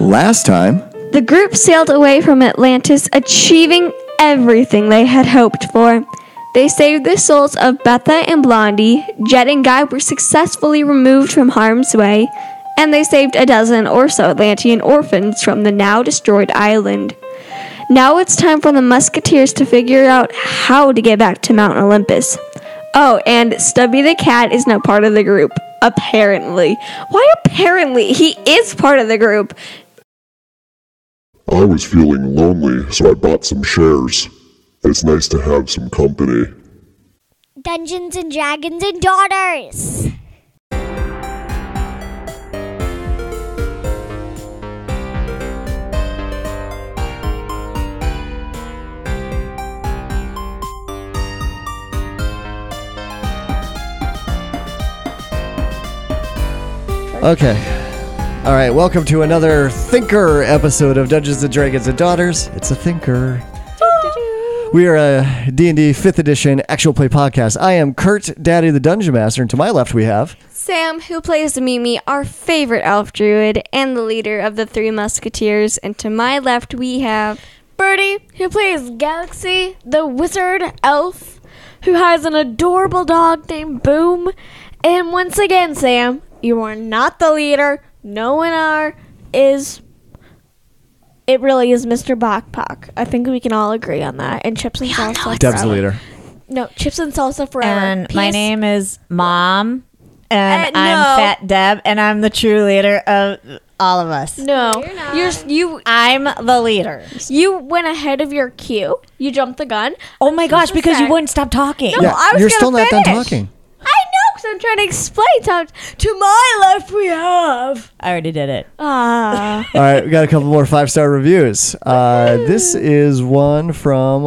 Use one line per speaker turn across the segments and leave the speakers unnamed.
Last time,
The group sailed away from Atlantis, achieving everything they had hoped for. They saved the souls of Betha and Blondie, Jet and Guy were successfully removed from harm's way, and they saved a dozen or so Atlantean orphans from the now destroyed island. Now it's time for the Musketeers to figure out how to get back to Mount Olympus. Oh, and Stubby the Cat is now part of the group, apparently. Why apparently? He is part of the group.
I was feeling lonely, so I bought some shares. It's nice to have some company.
Dungeons and Dragons and Daughters.
Okay. All right, welcome to another Thinker episode of Dungeons and Dragons and Daughters. It's a Thinker. We are a D&D 5th edition actual play podcast. I am Kurt, Daddy the Dungeon Master, and to my left we have
Sam, who plays Mimi, our favorite elf druid and the leader of the Three Musketeers, and to my left we have
Birdie, who plays Galaxy, the wizard elf, who has an adorable dog named Boom. And once again, Sam, you are not the leader. No one are is. It really is Mr. Bokpok. I think we can all agree on that. And chips and salsa.
Deb's the
forever.
leader.
No, chips and salsa forever.
And my
PS
name is Mom, and
Uh, no.
I'm Fat Deb, and I'm the true leader of all of us.
No, you're not. You're, you
I'm the leader.
you went ahead of your cue. You jumped the gun.
Oh my gosh, because you
Okay.
wouldn't stop talking.
No, I was
you're
gonna
still not done
finish.
talking.
I know, because I'm trying to explain. To, to my left, we have.
I already did it.
Ah.
All right, we got a couple more five-star reviews. Uh, this is one from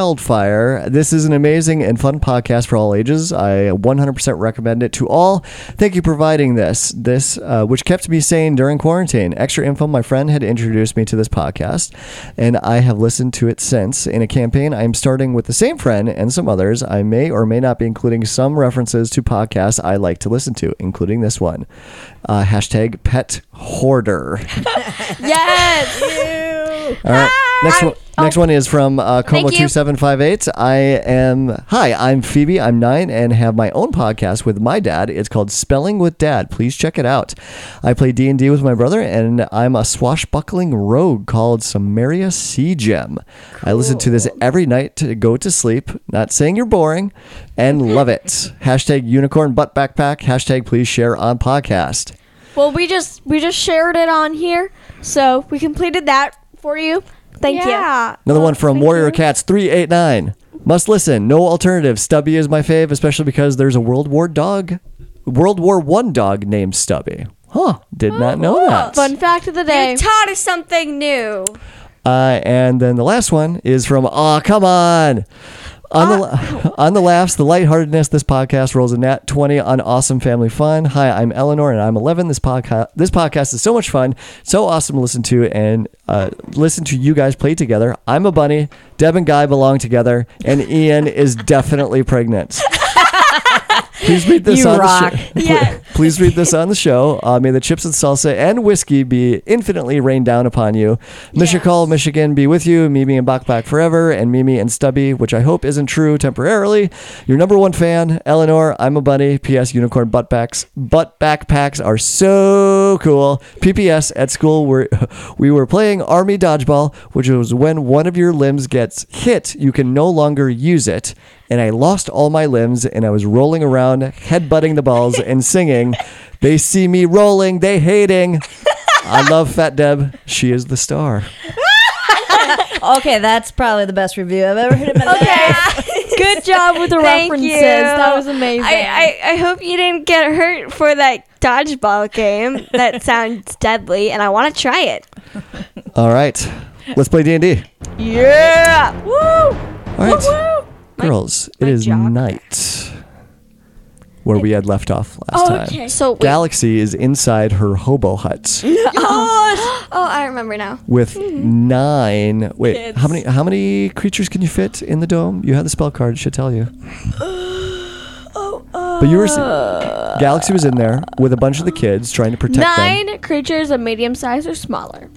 Wildfire. This is an amazing and fun podcast for all ages. I 100% recommend it to all. Thank you for providing this. This, uh, which kept me sane during quarantine. Extra info: my friend had introduced me to this podcast, and I have listened to it since. In a campaign, I am starting with the same friend and some others. I may or may not be including some references to podcasts I like to listen to, including this one. Uh, hashtag pet hoarder.
Yes.
All right. Next one. Next one is from uh, Como
you.
two seven five eight. I am hi. I'm Phoebe. I'm nine and have my own podcast with my dad. It's called Spelling with Dad. Please check it out. I play D and D with my brother, and I'm a swashbuckling rogue called Samaria Sea Gem. I listen to this every night to go to sleep. Not saying you're boring, and love it. Hashtag Unicorn Butt Backpack. Hashtag Please share on podcast.
well, we just we just shared it on here, so we completed that for you. Thank you. Yeah.
Another one from Warrior Cats 389. Must listen. No alternative. Stubby is my fave, especially because there's a World War dog, World War One dog named Stubby. Huh? Did not know that.
Fun fact of the day.
taught us something new.
Uh, and then the last one is from Aw, come on. On the, on the laughs, the lightheartedness, this podcast rolls a nat 20 on awesome family fun. Hi, I'm Eleanor and I'm 11. This podcast this podcast is so much fun, so awesome to listen to and uh, listen to you guys play together. I'm a bunny, Deb and Guy belong together, and Ian is definitely pregnant. Please read this
You
on
rock.
the show. Please, read this on the show. Uh, may the chips and salsa and whiskey be infinitely rained down upon you. Michical, Michigan, be with you. Mimi and Bach Bach forever, and Mimi and Stubby, which I hope isn't true temporarily. Your number one fan, Eleanor. I'm a bunny. P.S. Unicorn butt backs, butt backpacks are so cool. P.P.S. At school, we we were playing army dodgeball, which is when one of your limbs gets hit, you can no longer use it and I lost all my limbs and I was rolling around, headbutting the balls and singing, They see me rolling, they hating. I love Fat Deb. She is the star.
Okay, that's probably the best review I've ever heard in my life.
Good job with the
Thank
references.
you.
That was amazing.
I, I, I hope you didn't get hurt for that dodgeball game. that sounds deadly, and I want to try it.
All right. Let's play D&D.
yeah. Woo.
All right. Girls, it is
job.
night. Where we had left off last
Oh, okay. Mm-hmm.
time.
So wait.
Galaxy is inside her hobo hut
oh, I remember now.
with nine. Wait, how many how many creatures can you fit in the dome? You have the spell card; it should tell you.
Uh,
But you were s- Galaxy was in there with a bunch of the kids trying to protect them.
Nine creatures of medium size or smaller.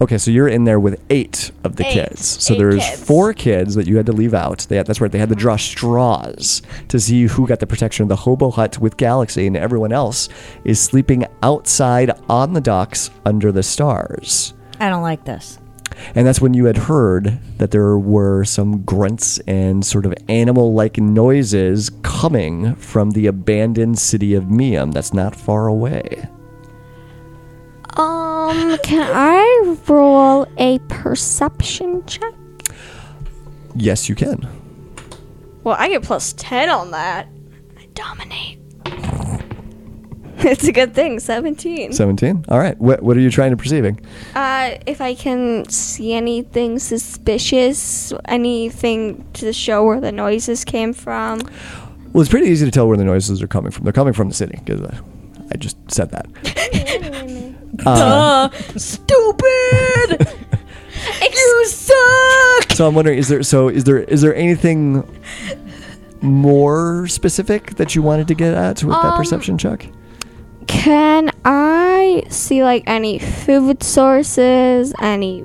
Okay, so you're in there with eight of the
Eight.
kids. So
Eight
there's
kids.
four kids that you had to leave out. They had, that's right. They had to draw straws to see who got the protection of the hobo hut with Galaxy, and everyone else is sleeping outside on the docks under the stars.
I don't like this.
And that's when you had heard that there were some grunts and sort of animal like noises coming from the abandoned city of Miam that's not far away.
Um, can I roll a perception check?
Yes, you can.
Mm-hmm. Well, I get plus 10 on that. I dominate. it's a good thing.
17.
17. All right. What, what are you trying to perceiving?
Uh, if I can see anything suspicious, anything to show where the noises came from.
Well, it's pretty easy to tell where the noises are coming from. They're coming from the city because uh, I just said that. Uh,
Stupid! you suck!
so I'm wondering is there so is there is there anything more specific that you wanted to get at with that
Um,
perception check?
Can I see like any food sources, any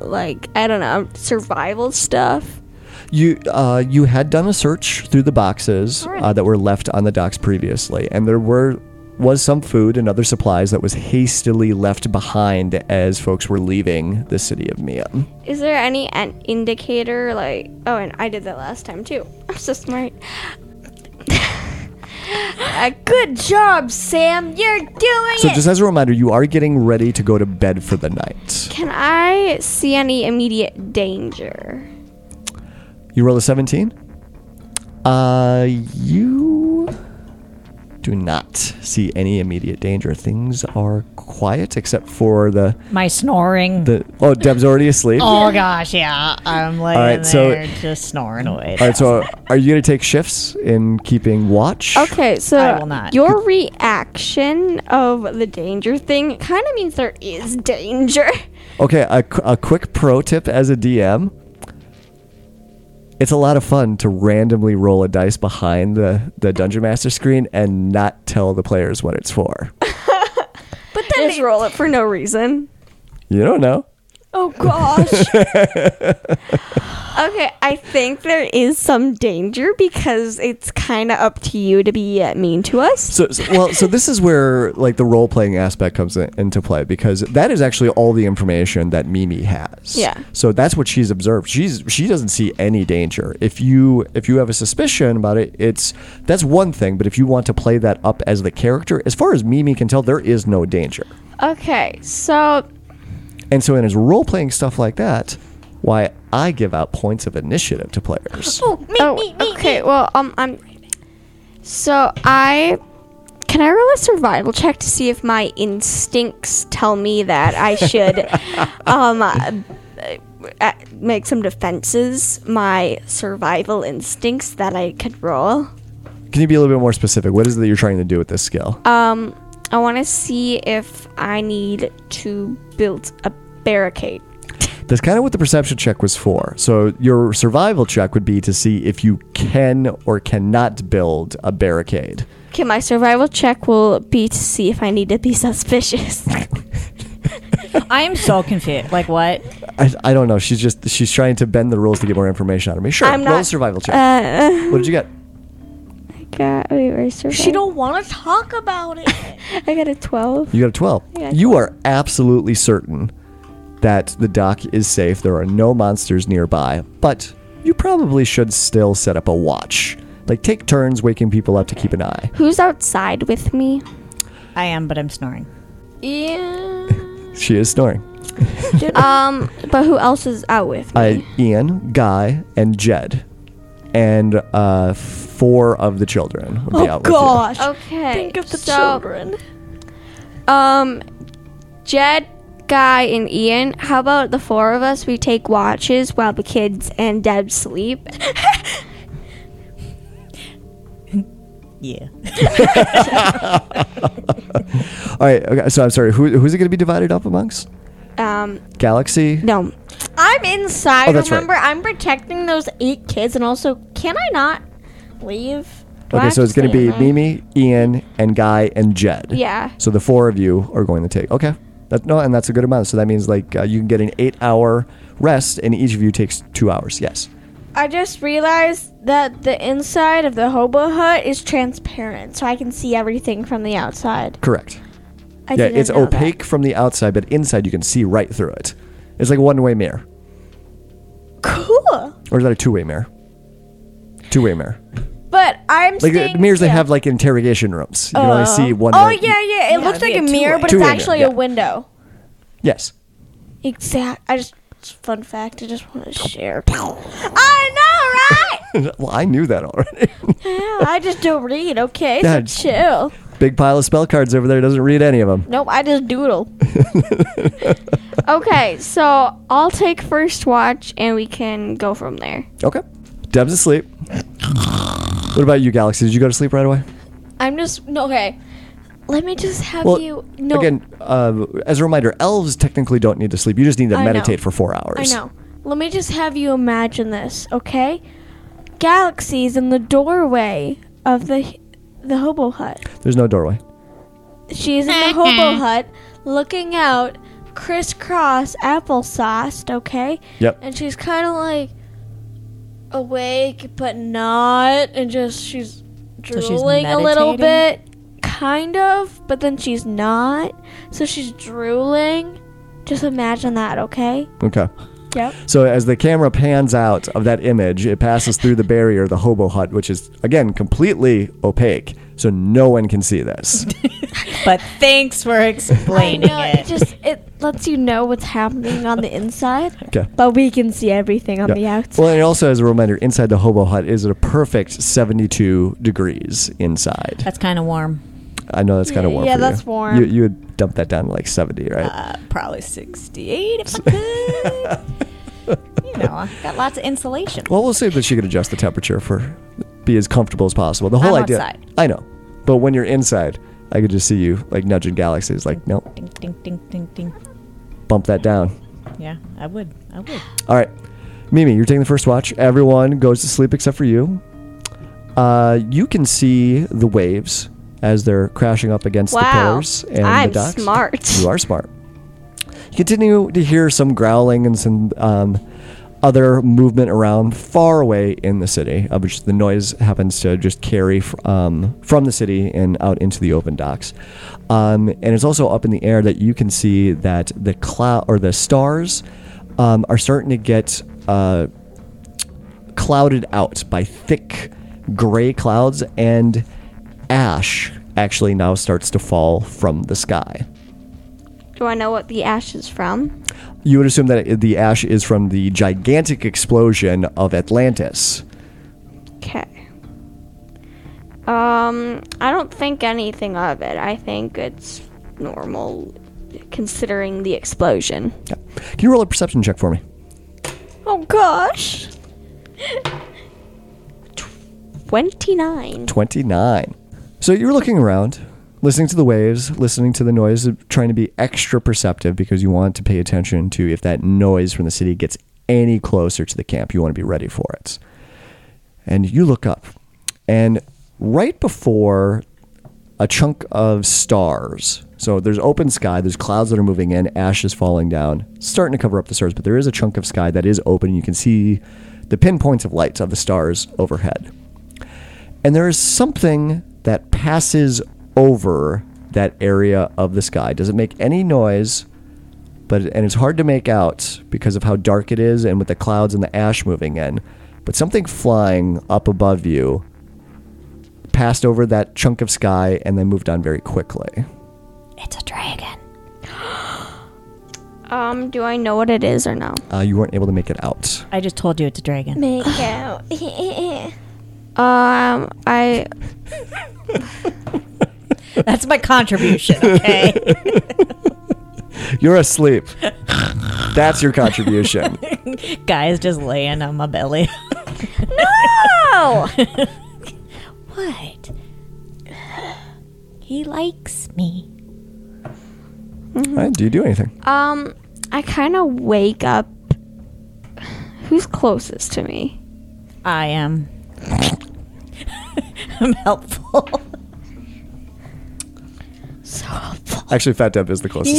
like I don't know, survival stuff?
You uh, you had done a search through the boxes uh, that were left on the docks previously, and there were was some food and other supplies that was hastily left behind as folks were leaving the city of Miam.
Is there any an indicator like oh and I did that last time too. I'm so smart.
Uh, good job, Sam. You're doing
So just as a reminder, you are getting ready to go to bed for the night.
Can I see any immediate danger?
You roll a seventeen. Uh, you do not see any immediate danger. Things are quiet except for the
My snoring.
the. Oh, Deb's already asleep.
oh gosh, yeah. I'm laying
right, so-
there just snoring away.
All right, so are you going to take shifts in keeping watch?
Okay, so
I will not.
your reaction of the danger thing kind of means there is danger.
Okay, a, qu- a quick pro tip as a DM. It's a lot of fun to randomly roll a dice behind the, the Dungeon Master screen and not tell the players what it's for.
But then just roll it for no reason.
You don't know.
Oh gosh. okay, I think there is some danger because it's kind of up to you to be uh, mean to us.
So, so well, so this is where like the role playing aspect comes in, into play because that is actually all the information that Mimi has.
Yeah.
So that's what she's observed. She's she doesn't see any danger. If you if you have a suspicion about it, it's that's one thing. But if you want to play that up as the character, as far as Mimi can tell, there is no danger.
Okay, so
And so, in his role playing stuff like that, why I give out points of initiative to players.
oh, okay, well, um, I'm. So I can I roll a survival check to see if my instincts tell me that I should, um, uh, uh, make some defenses. My survival instincts that I could roll.
Can you be a little bit more specific? What is it that you're trying to do with this skill?
Um, I want to see if I need to build a barricade.
That's kind of what the perception check was for. So your survival check would be to see if you can or cannot build a barricade.
Okay, my survival check will be to see if I need to be suspicious.
I'm so confused. Like what?
I, I don't know. She's just she's trying to bend the rules to get more information out of me. Sure,
I'm
roll a
not-
survival check.
uh,
what did you get?
got, wait, where's survival?
She don't want to talk about it.
I got a 12.
You got a twelve.
Yeah,
you are absolutely certain that the dock is safe. There are no monsters nearby, but you probably should still set up a watch. Like take turns waking people up to keep an eye.
Who's outside with me?
I am, but I'm snoring.
yeah.
She is snoring.
Um, but who else is out with me?
uh, Ian, Guy, and Jed, and uh, four of the children would be
Oh,
out with
okay.
Think of the
so,
children.
Um, Jed, Guy, and Ian, how about the four of us? We take watches while the kids and Deb sleep.
you.
Yeah.
All right. Okay. So I'm sorry. Who, who's it going to be divided up amongst?
Um,
Galaxy.
no.
I'm inside,
Oh, that's right.
remember? I'm protecting those eight kids, and also, can I not leave? I
Okay,
have
so
to
it's going to
say
be
your name?
Mimi, Ian, and Guy and Jed.
Yeah.
So the four of you are going to take. Okay. That, no, and that's a good amount. So that means like uh, you can get an eight-hour rest, and each of you takes two hours. Yes.
I just realized that the inside of the hobo hut is transparent, so I can see everything from the outside.
Correct.
I
yeah,
didn't
it's
know that.
opaque from the outside, but inside you can see right through it. It's like a one-way mirror,
Cool.
or is that a two-way mirror? Two-way mirror.
But I'm
Like the
staying
mirrors they
yeah.
have like interrogation rooms. You can only see one.
Oh
way-
yeah, yeah. It looks
it'd
like
be
a
a
mirror, but
two-way
it's
mirror,
actually
yeah.
a window.
Yes.
Exact. I just it's a fun fact. I just want to share. I know, right?
well, I knew that already.
yeah, I just don't read. Okay, so
That's-
chill.
Big pile of spell cards over there doesn't read any of them.
Nope, I just doodle.
Okay, so I'll take first watch and we can go from there.
Okay. Deb's asleep. What about you, Galaxy? Did you go to sleep right away?
I'm just no, okay. Let me just have
Well,
you. No,
Again, uh, as a reminder, elves technically don't need to sleep. You just need to
I know.
meditate for four
I
hours.
know. Let me just have you imagine this, okay? Galaxies in the doorway of the the hobo hut.
There's no doorway.
She's in the hobo hut, looking out, crisscross applesauced, okay?
Yep.
And she's kind of like awake, but not, and just she's
So
drooling
she's
a little bit,
meditating?
kind of, but then she's not. So she's drooling. Just imagine that, okay?
Okay.
Yep.
So as the camera pans out of that image, it passes through the barrier, the hobo hut, which is again completely opaque, so no one can see this.
But thanks for explaining
No, it just it lets you know what's happening on the inside.
Okay.
But we can see everything on
Yeah.
the outside.
Well, and also as a reminder, inside the hobo hut is at a perfect 72 degrees inside.
That's kind of warm.
I know that's kind of warm.
yeah,
for
that's
you.
warm.
You you would dump that down to like 70, right?
Uh, probably 68 if I could. you know, I got lots of insulation.
Well, we'll see that she could adjust the temperature for be as comfortable as possible. The whole
I'm
idea.
outside.
I know, but when you're inside, I could just see you like nudging galaxies. Like, nope,
Ding, ding, ding, ding, ding.
bump that down.
Yeah, I would. I would.
All right, Mimi, you're taking the first watch. Everyone goes to sleep except for you. Uh, you can see the waves as they're crashing up against the
Wow,
pillars and
I'm
the docks.
smart.
You are smart. You continue to hear some growling and some um, other movement around far away in the city, of which the noise happens to just carry fr- um, from the city and out into the open docks. Um, and it's also up in the air that you can see that the cloud or the stars um, are starting to get uh, clouded out by thick gray clouds and ash actually now starts to fall from the sky.
Do I know what the ash is from?
You would assume that the ash is from the gigantic explosion of Atlantis.
Okay. Um, I don't think anything of it. I think it's normal considering the explosion.
Yeah. Can you roll a perception check for me?
Oh gosh. 29.
29. So you're looking around, listening to the waves, listening to the noise, trying to be extra perceptive because you want to pay attention to if that noise from the city gets any closer to the camp. You want to be ready for it. And you look up, and right before a chunk of stars. So there's open sky, there's clouds that are moving in, ash is falling down, starting to cover up the stars, but there is a chunk of sky that is open. And you can see the pinpoints of lights of the stars overhead and there is something that passes over that area of the sky. Doesn't make any noise, but and it's hard to make out because of how dark it is and with the clouds and the ash moving in. But something flying up above you passed over that chunk of sky and then moved on very quickly.
It's a dragon.
Um, do I know what it is or no?
Uh, you weren't able to make it out.
I just told you it's a dragon.
Make out.
Eh,
Um, I
That's my contribution, okay?
You're asleep. That's your contribution.
Guy's just laying on my belly.
oh!
what? He likes me.
All right, do you do anything?
um I kind of wake up Who's closest to me?
I am. I'm helpful.
Actually, Fat Deb is the closest.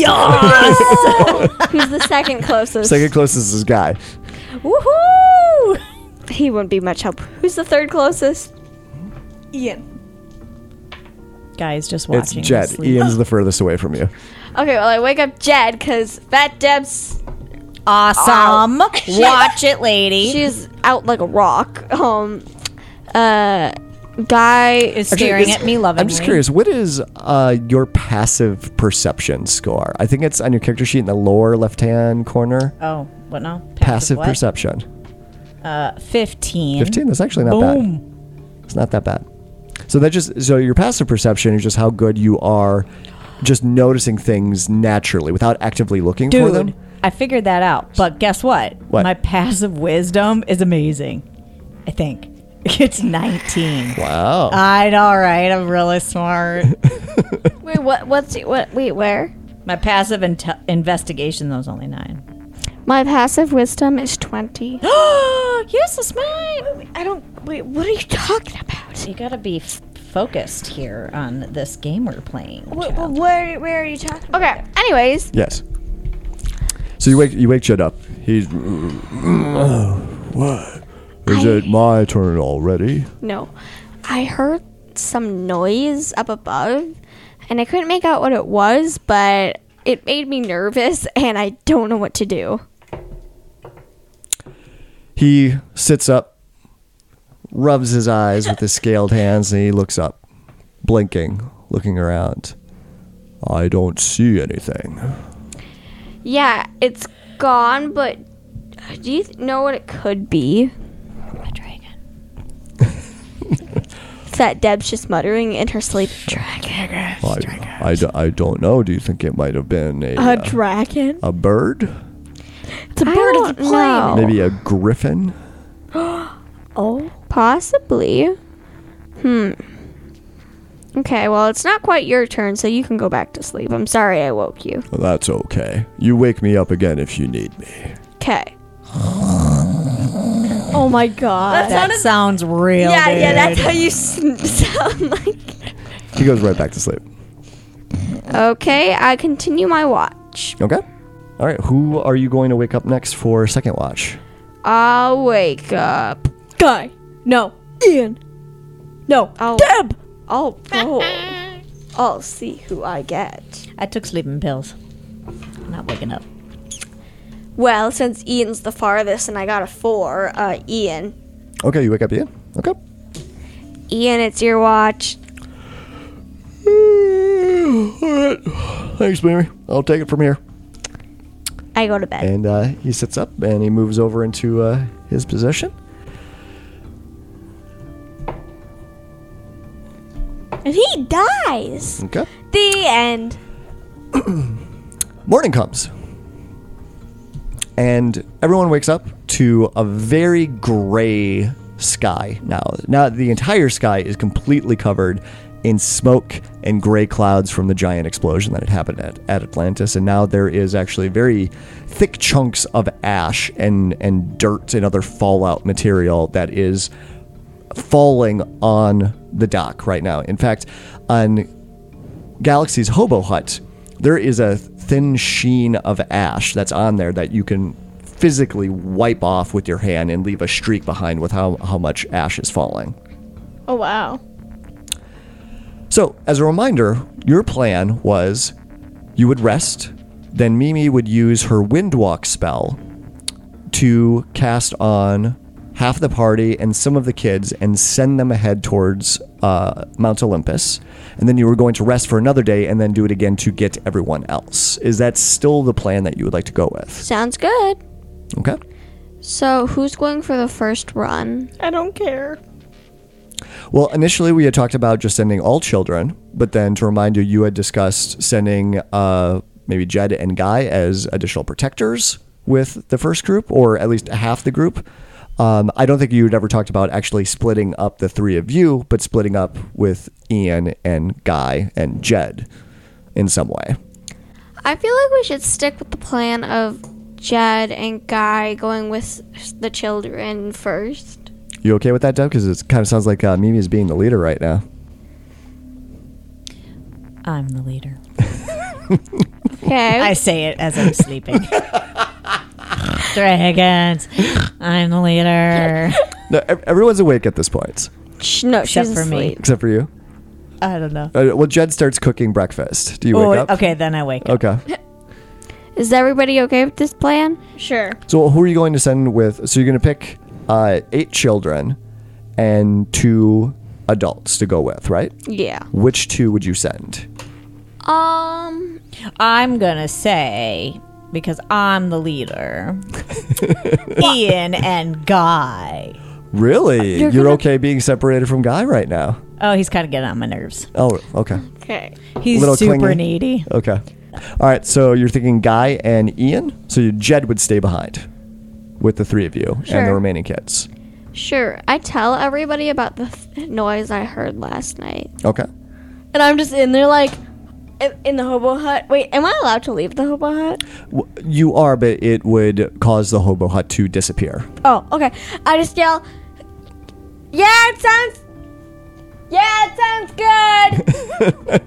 Who's the second closest?
Second closest is Guy.
Woohoo!
He wouldn't be much help. Who's the third closest? Ian.
Guys, just
It's
watching.
Jed.
asleep.
Ian's the furthest away from you.
Okay, well, I wake up Jed because Fat Deb's
Awesome. Watch it, lady.
she's out like a rock. Um, uh, guy
is staring
it's-
at me lovingly.
I'm just curious, what is uh, your passive perception score? I think it's on your character sheet in the lower left hand corner.
Oh, what now? Passive,
Passive
what?
perception.
Uh, 15.
15? That's actually not bad.
Boom.
It's not that bad. So that just so your passive perception is just how good you are just noticing things naturally without actively looking for them.
Dude, I figured that out. But guess what?
What?
My passive wisdom is amazing. I think. It's 19.
Wow.
I know, right? I'm really smart.
Wait, what? What's what? Wait, where?
My passive inte- investigation, though, is only 9.
My passive wisdom is twenty.
yes, it's mine.
I don't. Wait, what are you talking about?
You gotta be f- focused here on this game we're playing. child.
where? Where are you talking? Okay. Anyways,
yes. So you wake you wake Jed up. He's "Mm, uh, what? Is it my turn already?
no, I heard some noise up above, and I couldn't make out what it was, but it made me nervous, and I don't know what to do.
He sits up, rubs his eyes with his scaled hands, and he looks up, blinking, looking around. I don't see anything.
Yeah, it's gone, but do you th- know what it could be?
A dragon.
Fat Deb's just muttering in her sleep.
I, I, d- I don't know. Do you think it might have been a, uh,
dragon.
a bird?
It's a
I
bird of
don't
the plane.
know.
Maybe a griffin?
Possibly. Hmm. Okay, well, it's not quite your turn, so you can go back to sleep. I'm sorry I woke you.
Well, that's okay. You wake me up again if you need me.
Okay.
Oh my god.
that sounds real.
Yeah, yeah, that's
dude.
how you sn- sound like.
He goes right back to sleep.
Okay, I continue my watch.
Okay. All right. Who are you going to wake up next for second watch?
I'll wake up.
Guy. No. Ian. No.
I'll,
Deb.
I'll roll. I'll see who I get.
I took sleeping pills. I'm not waking up.
Well, since Ian's the farthest and I got a four, uh, Ian.
Okay, you wake up Ian. Okay.
Ian, it's your watch.
All right. Thanks, Mary. I'll take it from here.
I go to bed.
And uh, he sits up and he moves over into uh, his position.
And he dies!
Okay.
The end.
Morning comes. And everyone wakes up to a very gray sky now. Now, the entire sky is completely covered in smoke and gray clouds from the giant explosion that had happened at, at Atlantis. And now there is actually very thick chunks of ash and, and dirt and other fallout material that is falling on the dock right now. In fact, on Galaxy's Hobo Hut, there is a thin sheen of ash that's on there that you can physically wipe off with your hand and leave a streak behind with how, how much ash is falling.
Oh wow.
So, as a reminder, your plan was you would rest, then Mimi would use her windwalk spell to cast on half the party and some of the kids and send them ahead towards uh, Mount Olympus. And then you were going to rest for another day and then do it again to get everyone else. Is that still the plan that you would like to go with?
Sounds good.
Okay.
So, who's going for the first run?
I don't care.
Well, initially we had talked about just sending all children, but then to remind you, you had discussed sending uh, maybe Jed and Guy as additional protectors with the first group, or at least half the group. Um, I don't think you had ever talked about actually splitting up the three of you, but splitting up with Ian and Guy and Jed in some way.
I feel like we should stick with the plan of Jed and Guy going with the children first.
You okay with that, Deb? Because it kind of sounds like uh, Mimi is being the leader right now.
I'm the leader.
Okay.
I say it as I'm sleeping. Dragons. I'm the leader.
No, ev- everyone's awake at this point,
Sh- no,
Except
she's
for me.
asleep.
except for you.
I don't know.
Uh, well, Jed starts cooking breakfast. Do you
Oh,
wake up?
okay, then I wake up.
Okay.
Is everybody okay with this plan?
sure.
So who are you going to send with? So you're going to pick uh, eight children and two adults to go with, right?
Yeah.
Which two would you send?
Um.
I'm gonna say because I'm the leader. Ian and Guy.
Really? You're, okay being separated from Guy right now?
Oh, he's kind of getting on my nerves.
Oh, okay.
Okay.
He's
Little
super
clingy.
needy.
Okay. All right, so you're thinking Guy and Ian? So you, Jed would stay behind with the three of you and the
Sure.
remaining kids.
Sure. I tell everybody about the th- noise I heard last night,
Okay.
And I'm just in there like in- in the hobo hut. Wait, am I allowed to leave the hobo hut?
W- You are, but it would cause the hobo hut to disappear.
Oh, okay. I just yell, "Yeah, it sounds Yeah, it sounds good."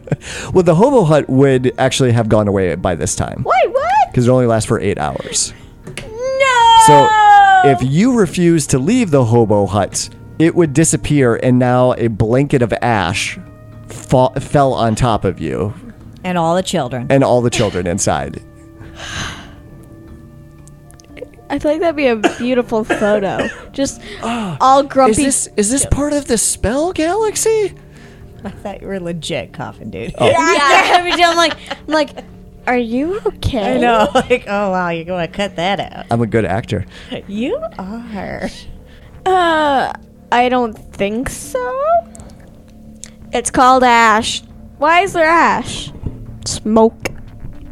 Well, the hobo hut would actually have gone away by this time.
Wait, what?
because it only lasts for eight hours.
No.
So if you refuse to leave the hobo hut, it would disappear, and now a blanket of ash fa- fell on top of you
And all the children.
and all the children inside.
I feel like that'd be a beautiful photo. Just all
Is
grumpy.
this is this part of the spell galaxy?
I thought you were legit coughing, dude.
Oh.
yeah, every day I'm like, I'm like, are you okay?
I know. Like, oh wow, you're gonna cut that out.
I'm a good actor.
You are.
Uh, I don't think so. It's called ash. Why is there ash? Smoke.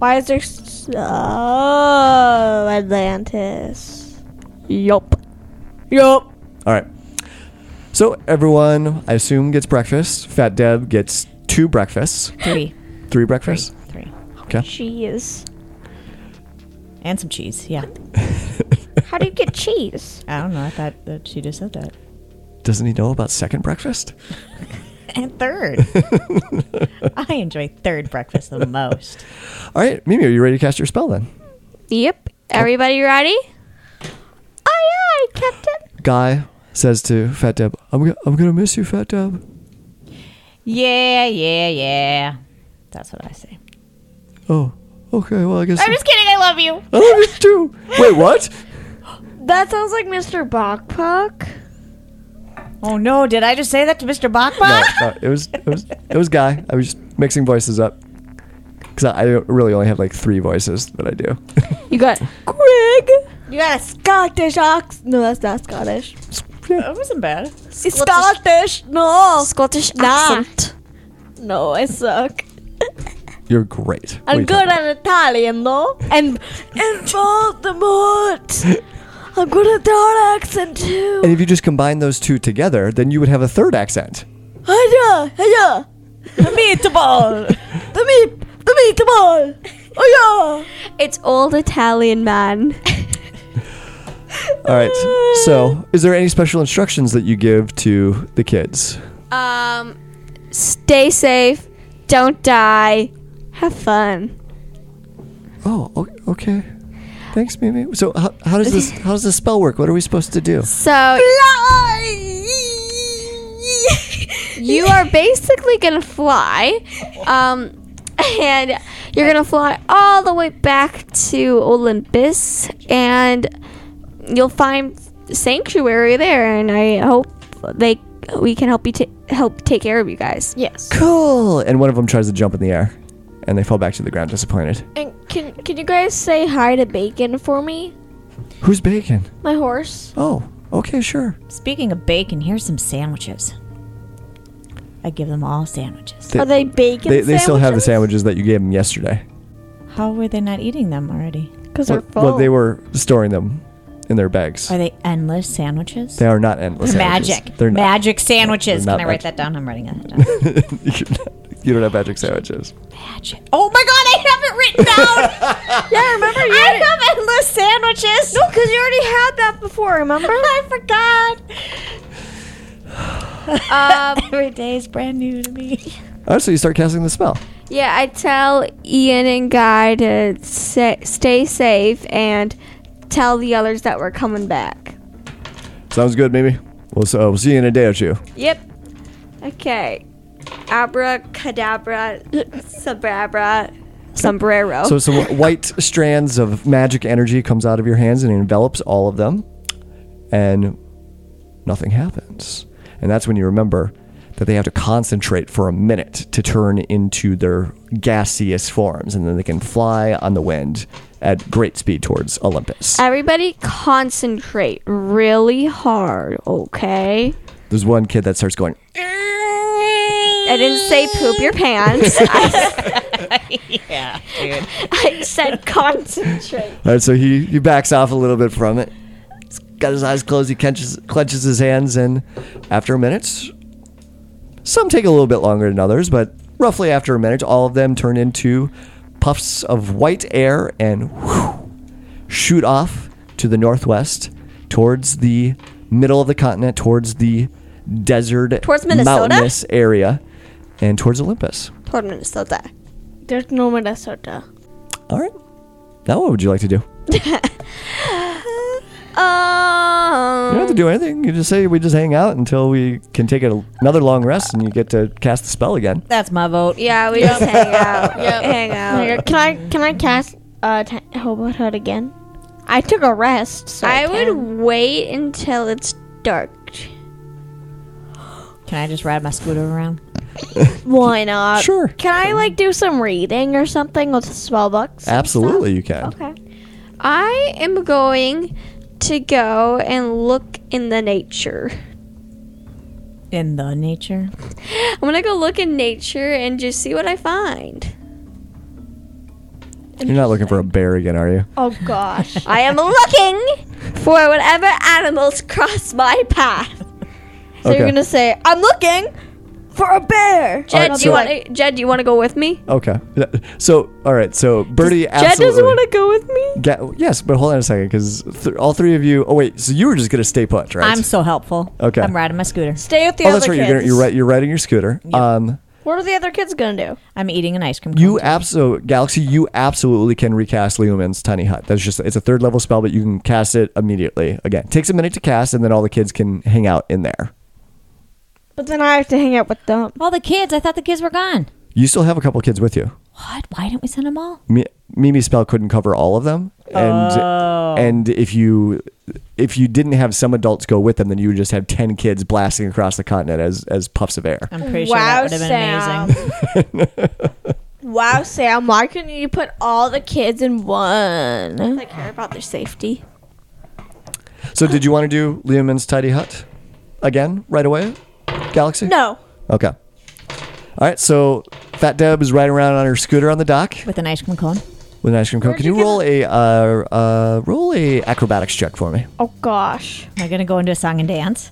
Why is there so Atlantis? Yup. Yup.
All right. So everyone, I assume, gets breakfast. Fat Deb gets two breakfasts,
Three.
three breakfasts.
Three.
She is.
And some cheese, yeah.
How do you get cheese?
I don't know. I thought that she just said that.
Doesn't he know about second breakfast?
And third. I enjoy third breakfast the most.
All right, Mimi, are you ready to cast your spell then?
Yep. Everybody ready? Oh,
Aye, aye, Captain.
guy says to Fat Deb, "I'm go- I'm gonna miss you, Fat Deb."
Yeah, yeah, yeah. That's what I say.
Oh, okay. Well, I guess I
Just kidding. I love you.
love you too. Wait, what?
That sounds like Mr. Bokpok.
Oh no, did I just say that to Mr.
No,
Bachbach?
no, it was it was it was guy. I was just mixing voices up because I, I really only have like three voices that I do.
You got Grig. You got a Scottish ox. No, that's not Scottish.
That wasn't bad.
It's Scottish. No.
Scottish
Nah.
accent.
No, I suck.
You're great. What are
I'm
you
good
talking
at Italian, though. And and Baltimore. I'm good at that accent
about? And
too.
if you just combine those two together, then you would have a third accent.
Hiya, hiya.
The meatball.
The meat, the meatball. Oh
It's old Italian man.
All right. So, is there any special instructions that you give to the kids?
Um, stay safe. Don't die. Have fun.
Oh, o- okay. Thanks, Mimi. So, how, how does this how does this spell work? What are we supposed to do?
So you are basically gonna fly, um, and you're gonna fly all the way back to Olympus, and you'll find sanctuary there. And I hope they we can help you ta- help take care of you guys.
Yes.
cool and one of them tries to jump in the air and they fall back to the ground disappointed
And can can you guys say hi to Bacon for me?
who's bacon
My horse.
oh okay sure
Speaking of bacon, here's some sandwiches. I give them all sandwiches.
Are they bacon?
they, they still have the sandwiches that you gave them yesterday
How were they not eating them already?
Because they're full.
well they were storing them in their bags
Are they endless sandwiches?
they are not endless sandwiches.
Magic.
they're not
Magic sandwiches.
They're not
Can I write
magic.
that down? I'm writing that down.
you don't- you don't have magic sandwiches
Magic. Oh my god, I have it written down. yeah, remember you I have endless sandwiches.
Because you already had that before, remember?
I forgot.
Um,
Every day is brand new to me.
Oh, so you start casting the spell.
yeah, I tell Ian and Guy to sa- stay safe and tell the others that we're coming back.
Sounds good, Mimi. We'll, so, we'll see you in a day or two.
Yep. Okay. Abracadabra, sabrabra, sombrero.
So some white strands of magic energy comes out of your hands and envelops all of them, and nothing happens. And that's when you remember that they have to concentrate for a minute to turn into their gaseous forms, and then they can fly on the wind at great speed towards
Uh
Olympus.
Everybody concentrate really hard, okay?
There's one kid that starts going,
I didn't say poop your pants. yeah, dude. I said concentrate.
All right, so he, he backs off a little bit from it. He's got his eyes closed. He clenches, clenches his hands, and after a minute, some take a little bit longer than others, but roughly after a minute, all of them turn into puffs of white air and whew, shoot off to the northwest towards the middle of the continent, towards the desert,
Towards Minnesota?
mountainous area, and towards Olympus.
Toward Minnesota.
There's no Minnesota.
All right. Now, what would you like to do? You don't
Um,
have to do anything. You just say we just hang out until we can take a, another long rest and you get to cast the spell again.
That's my vote.
yeah, we just hang out. Hang out.
Can I can I cast uh t- Hobart Hood again? I took a rest. So
I would wait until it's dark.
Can I just ride my scooter around?
Why not?
Sure.
Can I like do some reading or something with spell books?
Absolutely, you can.
Okay.
I am going to go and look in the nature.
In the nature.
I'm gonna go look in nature and just see what I find.
You're not looking for a bear again, are you?
Oh gosh.
I am looking for whatever animals cross my path.
so
okay.
you're gonna say I'm looking for a bear.
Jed,
Alright,
do
so-
you want to? Jed, do you want to go with me?
okay. So, all right. So, Birdie
Jed
absolutely.
doesn't want to go with me.
Ga- yes, but hold on a second, because th- all three of you. Oh wait, so you were just gonna stay put, right?
I'm so helpful.
Okay.
I'm riding my scooter.
Stay with the
oh,
other
that's right.
kids.
You're gonna, you're right. You're riding your scooter. Um,
What are the other kids gonna do?
I'm eating an ice cream. cone.
you absolutely, Galaxy. You absolutely can recast Leoman's Tiny Hut. That's just it's a third level spell, but you can cast it immediately. Again, takes a minute to cast, and then all the kids can hang out in there.
But then I have to hang out with them.
All the kids. I thought the kids were gone.
You still have a couple kids with you.
What? Why didn't we send them all?
Mi- Mimi's spell couldn't cover all of them, and and if you if you didn't have some adults go with them, then you would just have ten kids blasting across the continent as as puffs of air.
I'm pretty
Wow,
sure that would have been amazing.
Wow, Sam, why couldn't you put all the kids in one?
I care about their safety.
So, did you want to do Leoman's Tidy Hut again right away, Galaxy?
No.
Okay. All right. So, Fat Deb is riding around on her scooter on the dock
With an ice cream cone.
with an ice cream cone. Can you, roll a uh, uh, roll a acrobatics check for me?
Oh gosh.
Am I gonna go into a song and dance?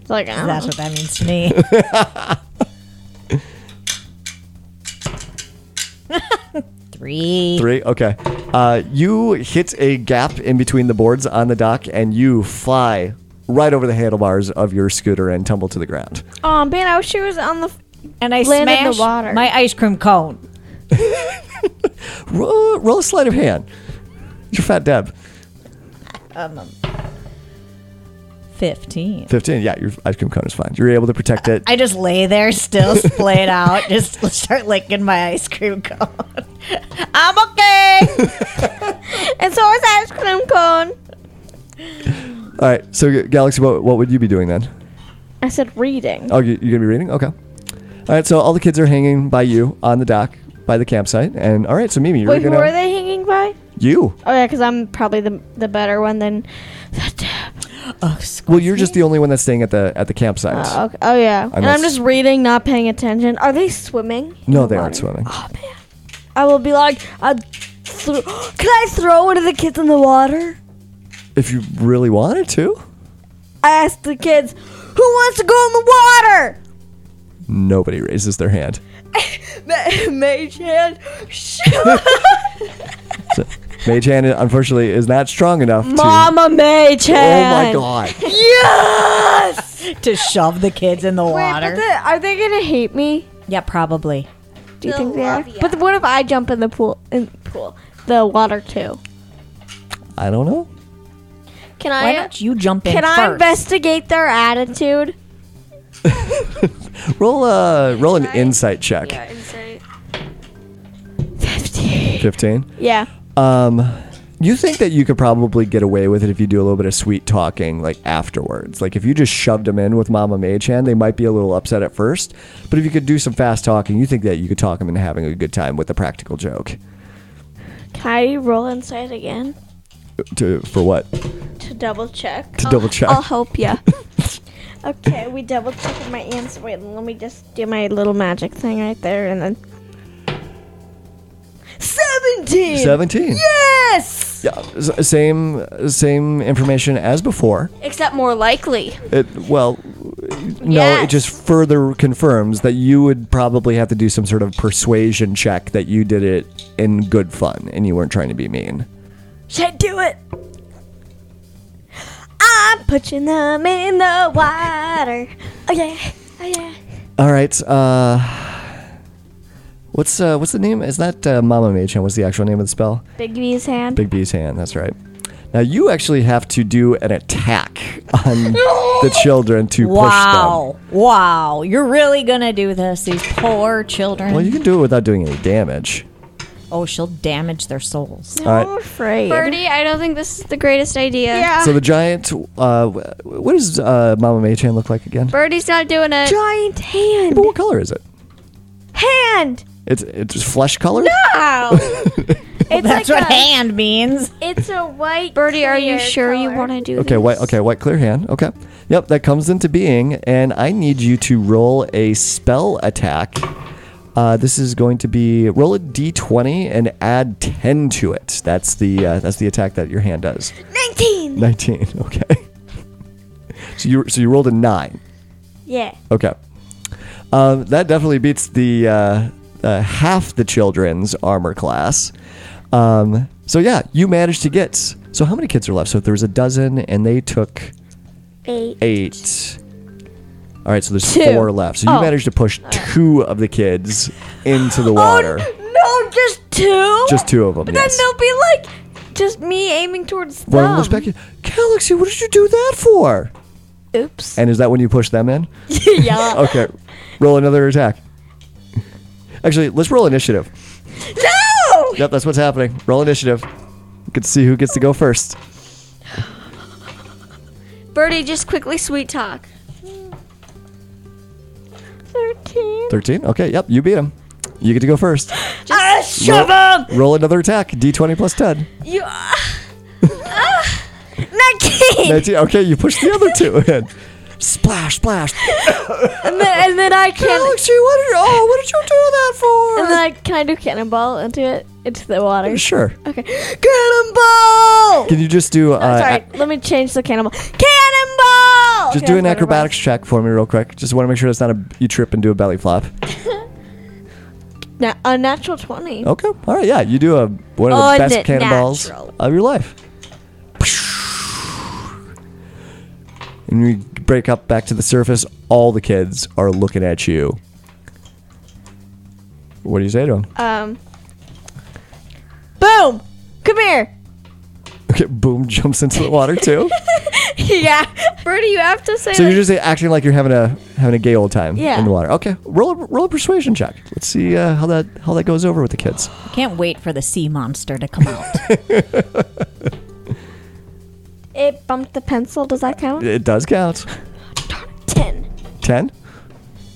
It's like I don't
That's what that means to me. Three.
Three. Okay. Uh, you hit a gap in between the boards on the dock, and you fly right over the handlebars of your scooter and tumble to the ground.
know. um, man, I wish she was on the. F-
And I
Land in the
smashed
water.
my ice cream cone.
Roll, roll a sleight of hand. Your fat Deb.
Fifteen.
Fifteen. Yeah, your ice cream cone is fine. You're able to protect it.
I just lay there, still splayed out, just start licking my ice cream cone. I'm okay.
and so is ice cream cone.
All right. So, G- Galaxy, what, what would you be doing then?
I said reading.
Oh, you, you're gonna be reading. Okay. All right. So all the kids are hanging by you on the dock by the campsite, and all right. So Mimi, you're
Wait, who
gonna
are they hanging by?
you.
Oh yeah, because I'm probably the the better one than.
Oh,
Well, you're just the only one that's staying at the at the campsite.
Oh, okay. oh yeah, and
not
I'm
s-
just reading, not paying attention. Are they swimming?
no, they aren't swimming.
I will be like, I thro- can I throw one of the kids in the water?
If you really wanted to,
I asked the kids, who wants to go in the water?
nobody raises their hand.
Ma- Mage hand.
So, Mage hand, unfortunately, is not strong enough.
Mama Mage
To, oh
hand.
my god!
Yes.
to shove the kids in the water.
But the, are they gonna hate me?
yeah, probably.
Do you think they are? But what if I jump in the pool? In the pool, the water too.
I don't know.
Can
Why
I?
don't you jump in
Can
first?
I investigate their attitude?
Roll uh roll an insight check. Fifteen.
Yeah.
Um, you think that you could probably get away with it if you do a little bit of sweet talking, like afterwards. Like if you just shoved them in with Mama Mage Hand, they might be a little upset at first. But if you could do some fast talking, you think that you could talk them into having a good time with a practical joke.
Can I roll inside again
To for what?
to double check?
To double check.
I'll help you.
Okay, we double checked my answer. Wait, let me just do my little magic thing right there, and then seventeen.
Seventeen.
Yes.
Yeah. s- Same same information as before.
Except more likely.
It well, no. It
Yes.
just further confirms that you would probably have to do some sort of persuasion check that you did it in good fun and you weren't trying to be mean.
Should I do it? I'm putting them in the water. Oh yeah, oh yeah.
All right. Uh, what's uh, what's the name? Is that uh, Mama Mage Hand? What's the actual name of the spell?
Big B's hand.
Big B's hand. That's right. Now you actually have to do an attack on the children to push them.
Wow. Wow. You're really going to do this, these poor children.
Well, you can do it without doing any damage.
oh, she'll damage their souls.
All right.
afraid.
Birdie, I don't think this is the greatest idea.
Yeah.
So the giant. Uh, wh- what does uh, Mama Mage Hand look like again?
Birdie's not doing it.
Giant hand.
But what color is it?
Hand.
It's it's flesh color.
Ow. it's like
That's what
a,
hand means.
It's a white.
Birdie, are you
clear
sure you
color.
want to do
Okay,
this?
white. Okay, white clear hand. Okay, yep, that comes into being, and I need you to roll a spell attack. Uh, this is going to be roll a d20 and add 10 to it. That's the uh, that's the attack that your hand does.
19.
19. Okay. so you so you rolled a nine.
Yeah.
Okay. Um, that definitely beats the uh, uh, half the children's armor class. Um, so yeah, you managed to get. So how many kids are left? So if there was a dozen, and they took
Eight.
eight. All right, so there's
Two. Oh.
four left. So you managed to push two of the kids into the water.
No, just two.
Just two of them.
But
yes.
then they'll be like, just me aiming towards them.
One looks back. at- Galaxy, what did you do that for?
Oops.
And is that when you push them in?
yeah.
Okay, roll another attack. Actually, let's roll initiative.
No.
Yep, that's what's happening. Roll initiative. Good to see who gets to go first.
Birdie, just quickly sweet talk.
Thirteen.
Thirteen. Okay. Yep, you beat him. You get to go first.
Ah, shove him.
Roll another attack. D20 plus 10.
You. Ah. Ah. Nineteen.
19. Okay, you push the other two in. Splash, splash.
And then, and then I can.
Galaxy, what did you, oh, what did you do that for?
And then I, can I do cannonball into it into the water?
Sure.
Okay. Cannonball.
Can you just do? Uh,
Sorry.
a-
Let me change the cannonball. Cannonball.
just
Okay,
do
I'm
an
gonna
acrobatics check for me, real quick. Just want to make sure that's not a you trip and do a belly flop.
roll. Na- a natural twenty.
Okay. All right. Yeah, you do a one of the
On
best
it,
cannonballs
natural.
of your life. And we break up back to the surface. All the kids are looking at you. What do you say to them?
Um. Boom! Come here.
okay. Boom jumps into the water too.
yeah.
Birdie, you have to say
So
like,
you're just acting like you're having a having a gay old time
Yeah.
in the water. Okay, roll a, roll a persuasion check. Let's see uh, how that how that goes over with the kids.
I can't wait for the sea monster to come out.
It bumped the pencil. Does that count?
It does count.
Ten.
Ten.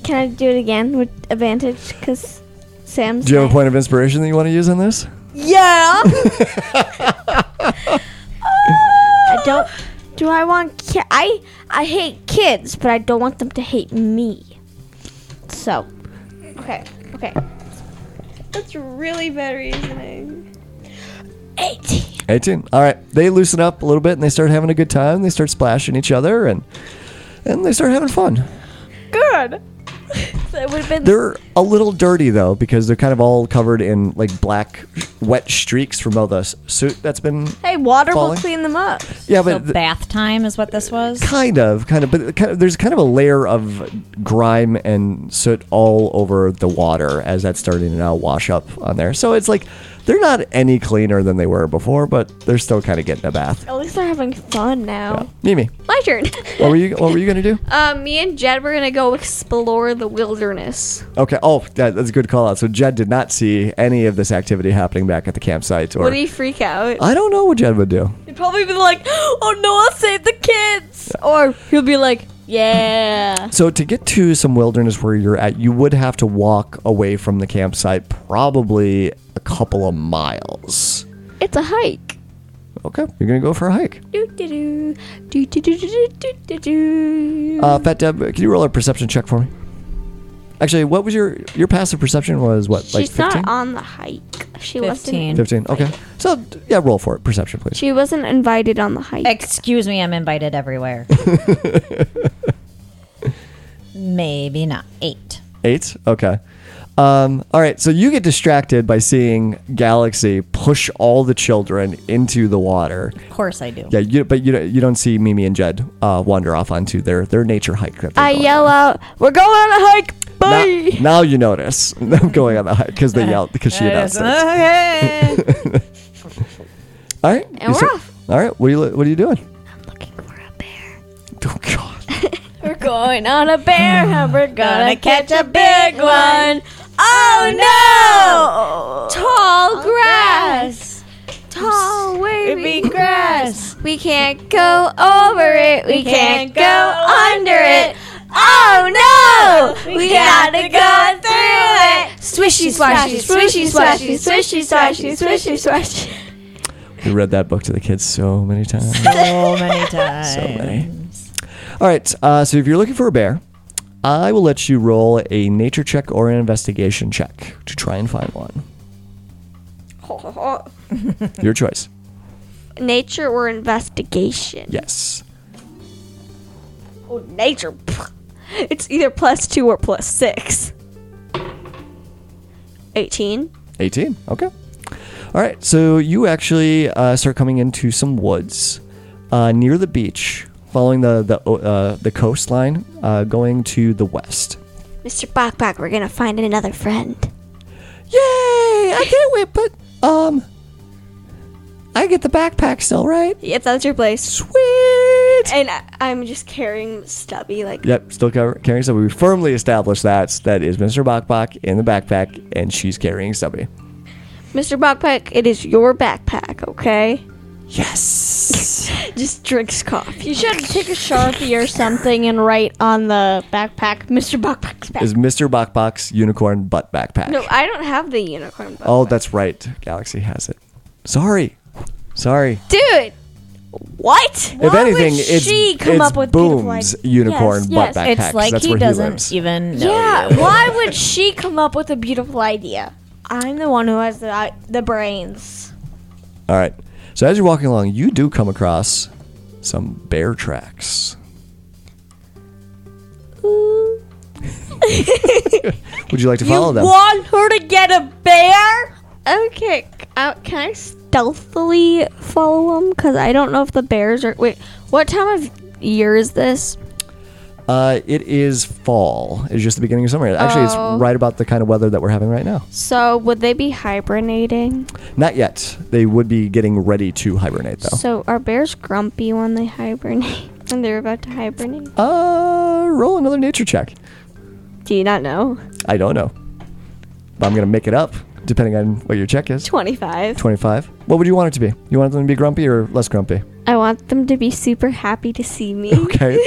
Can I do it again with advantage? Because Sam's.
Do you have a point of inspiration that you want to use on this?
Yeah. I don't. Do I want? Ki- I I hate kids, but I don't want them to hate me. So. Okay. Okay.
that's really bad reasoning.
Eighteen.
Eighteen. All right. They loosen up a little bit and they start having a good time. They start splashing each other and and they start having fun.
Good. That would have been
They're a little dirty though because they're kind of all covered in like black wet streaks from all the s- soot that's been.
Hey, water
Falling?
will clean them up.
Yeah,
So
but th-
bath time is what this was.
kind of, kind of, but kind of, there's kind of a layer of grime and soot all over the water as that's starting to now wash up on there. So it's like they're not any cleaner than they were before, but they're still kind of getting a bath.
At least they're having fun now.
Mimi,
My turn.
what were you? What were you gonna do?
Uh, me and Jed were gonna go explore the wilderness.
Okay. Oh, that, that's a good call out. So Jed did not see any of this activity happening back at the campsite, or
Would he freak out?
I don't know what Jed would do.
He'd probably be like, "Oh no, I'll save the kids," or he'll be like, "Yeah."
So to get to some wilderness where you're at, you would have to walk away from the campsite probably a couple of miles.
It's a hike.
Okay, you're gonna go for a hike.
Do do do do do do do do do do.
Uh, Fat Deb, can you roll a perception check for me? Actually, what was your your passive perception was what like
She's not
15?
on the hike. She wasn't.
15.
15. Okay. So yeah, roll for it. Perception, please.
She wasn't invited on the hike.
Excuse me, I'm invited everywhere. Maybe not. Eight.
Eight. Okay. Um, all right. So you get distracted by seeing Galaxy push all the children into the water.
Of course I do.
Yeah, you, but you don't- you don't see Mimi and Jed uh, wander off onto their their nature hike. That they're
I
going
yell out, "We're going on a hike,
on.
bye!"
Now, now you notice them going on the hike because they yelled because she announced it.
Okay.
All right,
And
you
we're
sa-
off.
All right, what are you li- what are you doing?
Looking for a bear.
Oh God!
We're going on a bear hunt. We're gonna
Gonna
catch
catch
a big one. Oh no!
Tall grass, tall wavy
Big grass.
We can't go over it. We can't go under it. Oh no! We gotta go through it. Swishy swashy, swishy swashy, swishy swashy, swishy swashy.
We read that book to the kids so many times.
So many times.
so many. All right. Uh, so if you're looking for a bear, I will let you roll a nature check or an investigation check to try and find one. Your choice.
Nature or investigation?
Yes.
Oh, nature. pff. It's either plus two or plus six. 18.
18. Okay. All right. So you actually uh, start coming into some woods uh, near the beach, following the the uh, the coastline, uh, going to the west.
Mr. Backpack, we're gonna find another friend.
Yay! I can't wait. But um, I get the backpack still, right?
Yep, that's your place.
Sweet.
And I- I'm just carrying Stubby like
Yep, still car- carrying Stubby. We firmly established that that is Mr. Bokbok in the backpack, and she's carrying Stubby.
Mr. Backpack, it is your backpack, okay?
Yes.
Just drinks coffee.
You should take a sharpie or something and write on the backpack, Mr. Backpack's back.
is Mr. Bokbok's unicorn butt backpack?
No, I don't have the unicorn butt.
oh, that's right. Galaxy has it. Sorry, sorry.
Dude! What?
if anything,
would
it's
she come
it's
up with beautiful
Boom's
ideas?
unicorn
Yes,
butt
yes.
backpack. 'cause
It's like
that's
he
where he
doesn't
lives.
even know.
Yeah,
you.
why would she come up with a beautiful idea? I'm the one who has the, uh, the brains.
All right. So as you're walking along, you do come across some bear tracks. Would you like to follow them?
Want her to get a bear?
Okay, c- uh, can I stealthily follow him? Because I don't know if the bears are. Wait, what time of year is this?
Uh, it is fall. It's just the beginning of summer. Actually,
Oh.
it's right about the kind of weather that we're having right now.
So, would they be hibernating?
Not yet. They would be getting ready to hibernate, though.
So, are bears grumpy when they hibernate? When they're about to hibernate?
Uh, roll another nature check.
Do you not know?
I don't know, but I'm gonna make it up depending on what your check is.
25.
Twenty-five. What would you want it to be? You want them to be grumpy or less grumpy?
I want them to be super happy to see me.
Okay.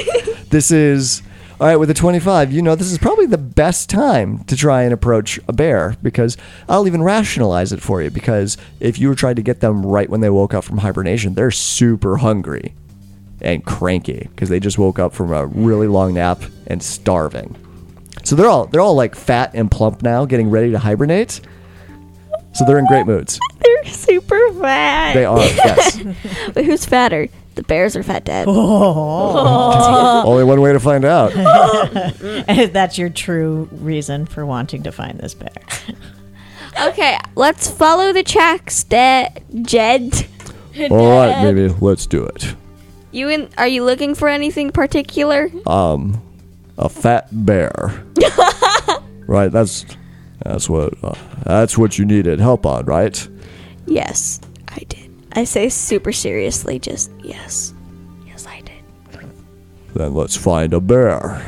this is all right with a 25. You know, this is probably the best time to try and approach a bear because I'll even rationalize it for you. Because if you were trying to get them right when they woke up from hibernation, they're super hungry and cranky because they just woke up from a really long nap and starving. So they're all they're all like fat and plump now, getting ready to hibernate. So they're in great moods.
They're super fat.
They are yes.
Wait, who's fatter?
The bears are fat dead.
Oh. Only one way to find out.
If that's your true reason for wanting to find this bear.
Okay,
Let's follow the tracks, De- Jed.
All right, maybe let's do it.
you in, are you looking for anything particular?
A fat bear. right. That's that's what uh, that's what you needed help on, right?
Yes, I did. I say super seriously, just yes. Yes, I did.
Then let's find a bear.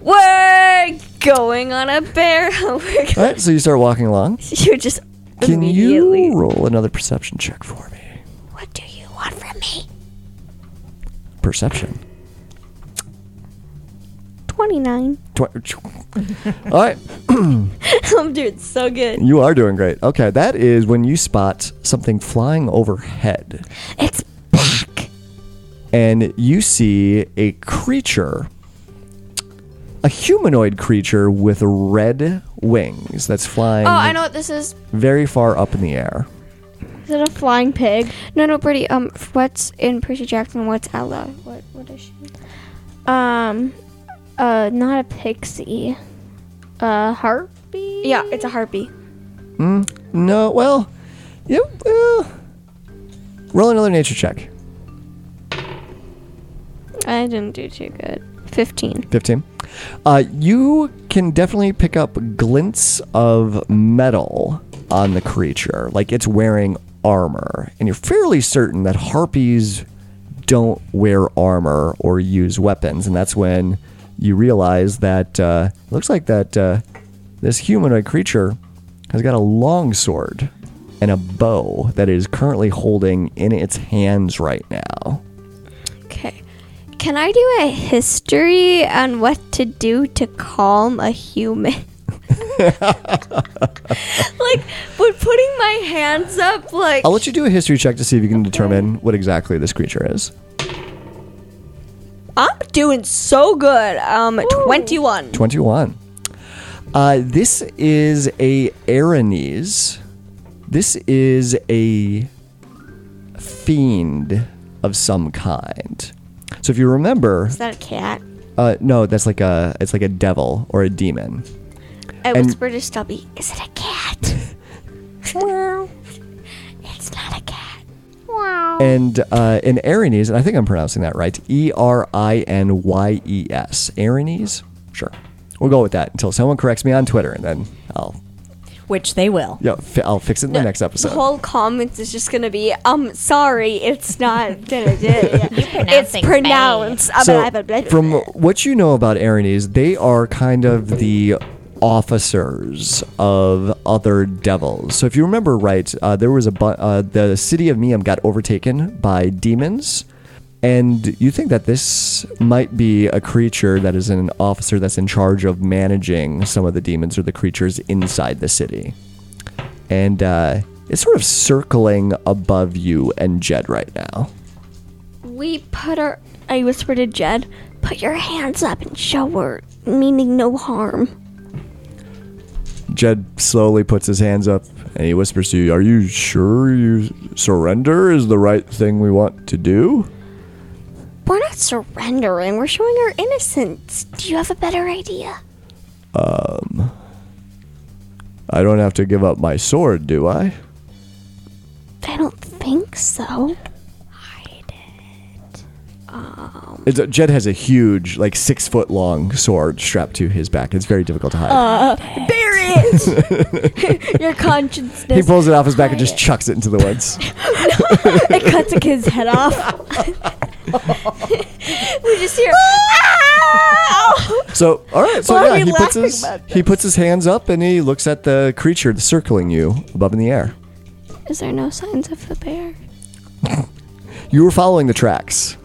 We're going on a bear. We're
All right. So you start walking along.
you just
Can
immediately.
you roll another perception check for me?
What do you want from me?
Perception.
29.
Tw- All right.
I'm doing so good.
You are doing great. Okay, that is when you spot something flying overhead.
It's back.
and you see a creature, a humanoid creature with red wings that's flying
Oh, I know what this is.
very far up in the air.
Is it a flying pig?
No, no, Pretty. Um, what's in Percy Jackson? What's Ella? What? What is she?
Um, uh, not a pixie. Uh, harpy?
Yeah, it's a harpy.
No, well, yeah, well. Roll another nature check.
I didn't do too good. 15.
15. Uh, you can definitely pick up glints of metal on the creature. Like it's wearing armor. And you're fairly certain that harpies don't wear armor or use weapons. And that's when you realize that uh, it looks like that uh, this humanoid creature has got a long sword and a bow that it is currently holding in its hands right now.
Okay. Can I do a history on what to do to calm a human? like, would putting my hands up, like,
I'll let you do a history check to see if you can determine what exactly this creature is.
I'm doing so good. Um, 21.
21. Uh, this is a Aranese. This is a fiend of some kind. So if you remember,
Is that a cat?
uh, no, that's like a it's like a devil or a demon.
I
And-
whispered to Stubby, is it a cat?
It's not a cat.
And uh, an Aranese, and I think I'm pronouncing that right. E R I N Y E S. Aranese? Sure. We'll go with that until someone corrects me on Twitter, and then I'll
Which they will.
yeah fi- I'll fix it in the next episode.
The whole comments is just gonna be, um, sorry, it's not. it's
pronouncing
pronounced. uh,
So,
blah, blah, blah, blah.
from what you know about Aranese, they are kind of the officers of other devils. So, if you remember right, uh, there was a bu- uh, the city of Miam got overtaken by demons, and you think that this might be a creature that is an officer that's in charge of managing some of the demons or the creatures inside the city, and uh, it's sort of circling above you and Jed right now.
We put our. I whispered to Jed, put your hands up and show her, meaning no harm.
Jed slowly puts his hands up and he whispers to you, Are you sure you surrender is the right thing we want to do?
We're not surrendering, we're showing our innocence. Do you have a better idea?
I don't have to give up my sword, do I?
I don't think so.
It's a, Jed has a huge, like six foot long sword strapped to his back. It's very difficult to hide.
Your conscience
he pulls it off his back and just chucks it into the woods.
cuts a kid's head off.
We just hear.
So, all right, so
Why are
yeah, he
we
puts
laughing
his
about
he puts his hands up and he looks at the creature that's circling you above in the air.
Is there no signs of the bear?
You were following the tracks,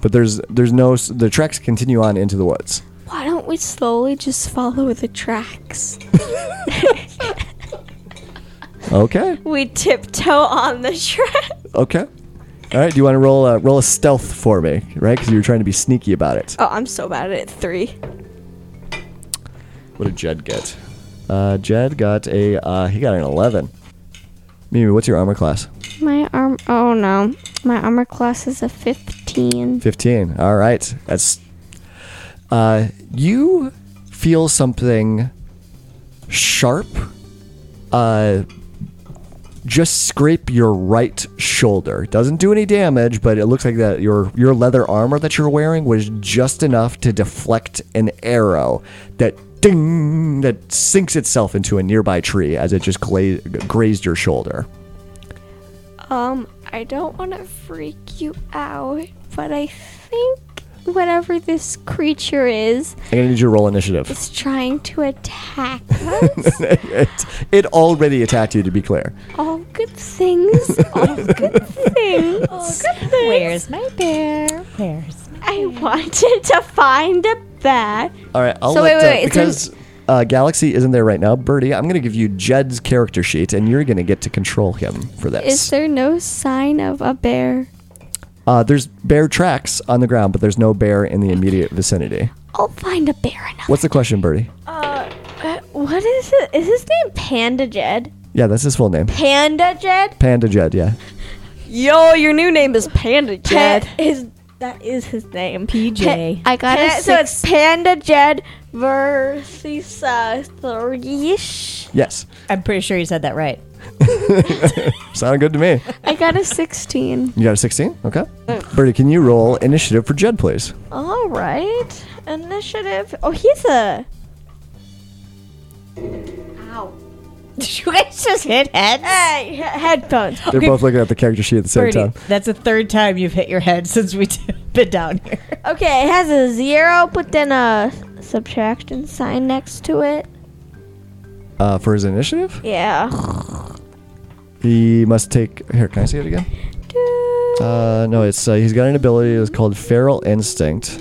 but there's there's no s- the tracks continue on into the woods.
Why don't we slowly just follow the tracks?
Okay.
We tiptoe on the track.
Okay. All right. Do you want to roll a roll a stealth for me, right? Because you were trying to be sneaky about it.
Oh, I'm so bad at it. Three.
What did Jed get? Uh, Jed got a uh, he got an eleven. Mimi, what's your armor class?
My arm. Oh no.
My armor class is a 15.
15. All right. That's. Uh, you feel something sharp uh, just scrape your right shoulder. Doesn't do any damage, but it looks like that your your leather armor that you're wearing was just enough to deflect an arrow that ding that sinks itself into a nearby tree as it just gla- grazed your shoulder.
Um, I don't want to freak you out, but I think whatever this creature is,
I'm gonna need you to roll initiative.
is trying to attack us.
it, it already attacked you, to be clear.
All good things. All good things.
Where's my bear? Where's my
I wanted to find a bat.
All right, I'll
So
let
wait, wait,
uh,
wait, it's
because uh, Galaxy isn't there right now. Birdie, I'm going to give you Jed's character sheet, and you're going to get to control him for
Is
this.
there no sign of a bear?
uh, there's bear tracks on the ground, but there's no bear in the immediate vicinity.
I'll find a bear enough.
What's the question, Birdie?
Uh,
What is it? Is his name Panda Jed?
Yeah, that's his full name,
Panda Jed?
Panda Jed. Yeah,
Yo, your new name is Panda
Jed.
Is that is his name?
PJ?
I got
Pa-
a
so
six.
it's Panda Jed versus uh, three-ish.
yes,
I'm pretty sure you said that right.
sounded good to me.
I got a sixteen. Mm.
You got a 16? Okay. Birdie, can you roll initiative for Jed, please?
All right, initiative. Oh, he's a
Did you guys just hit heads?
hey, he- headphones.
They're both looking at the character sheet at the same
Birdie,
time.
That's the third time you've hit your head since we've been down here.
Okay, it has a zero, but then a subtraction sign next to it.
Uh, for his initiative,
Yeah.
he must take. Here, can I see it again? Uh, no, it's uh, he's got an ability that's called Feral Instinct.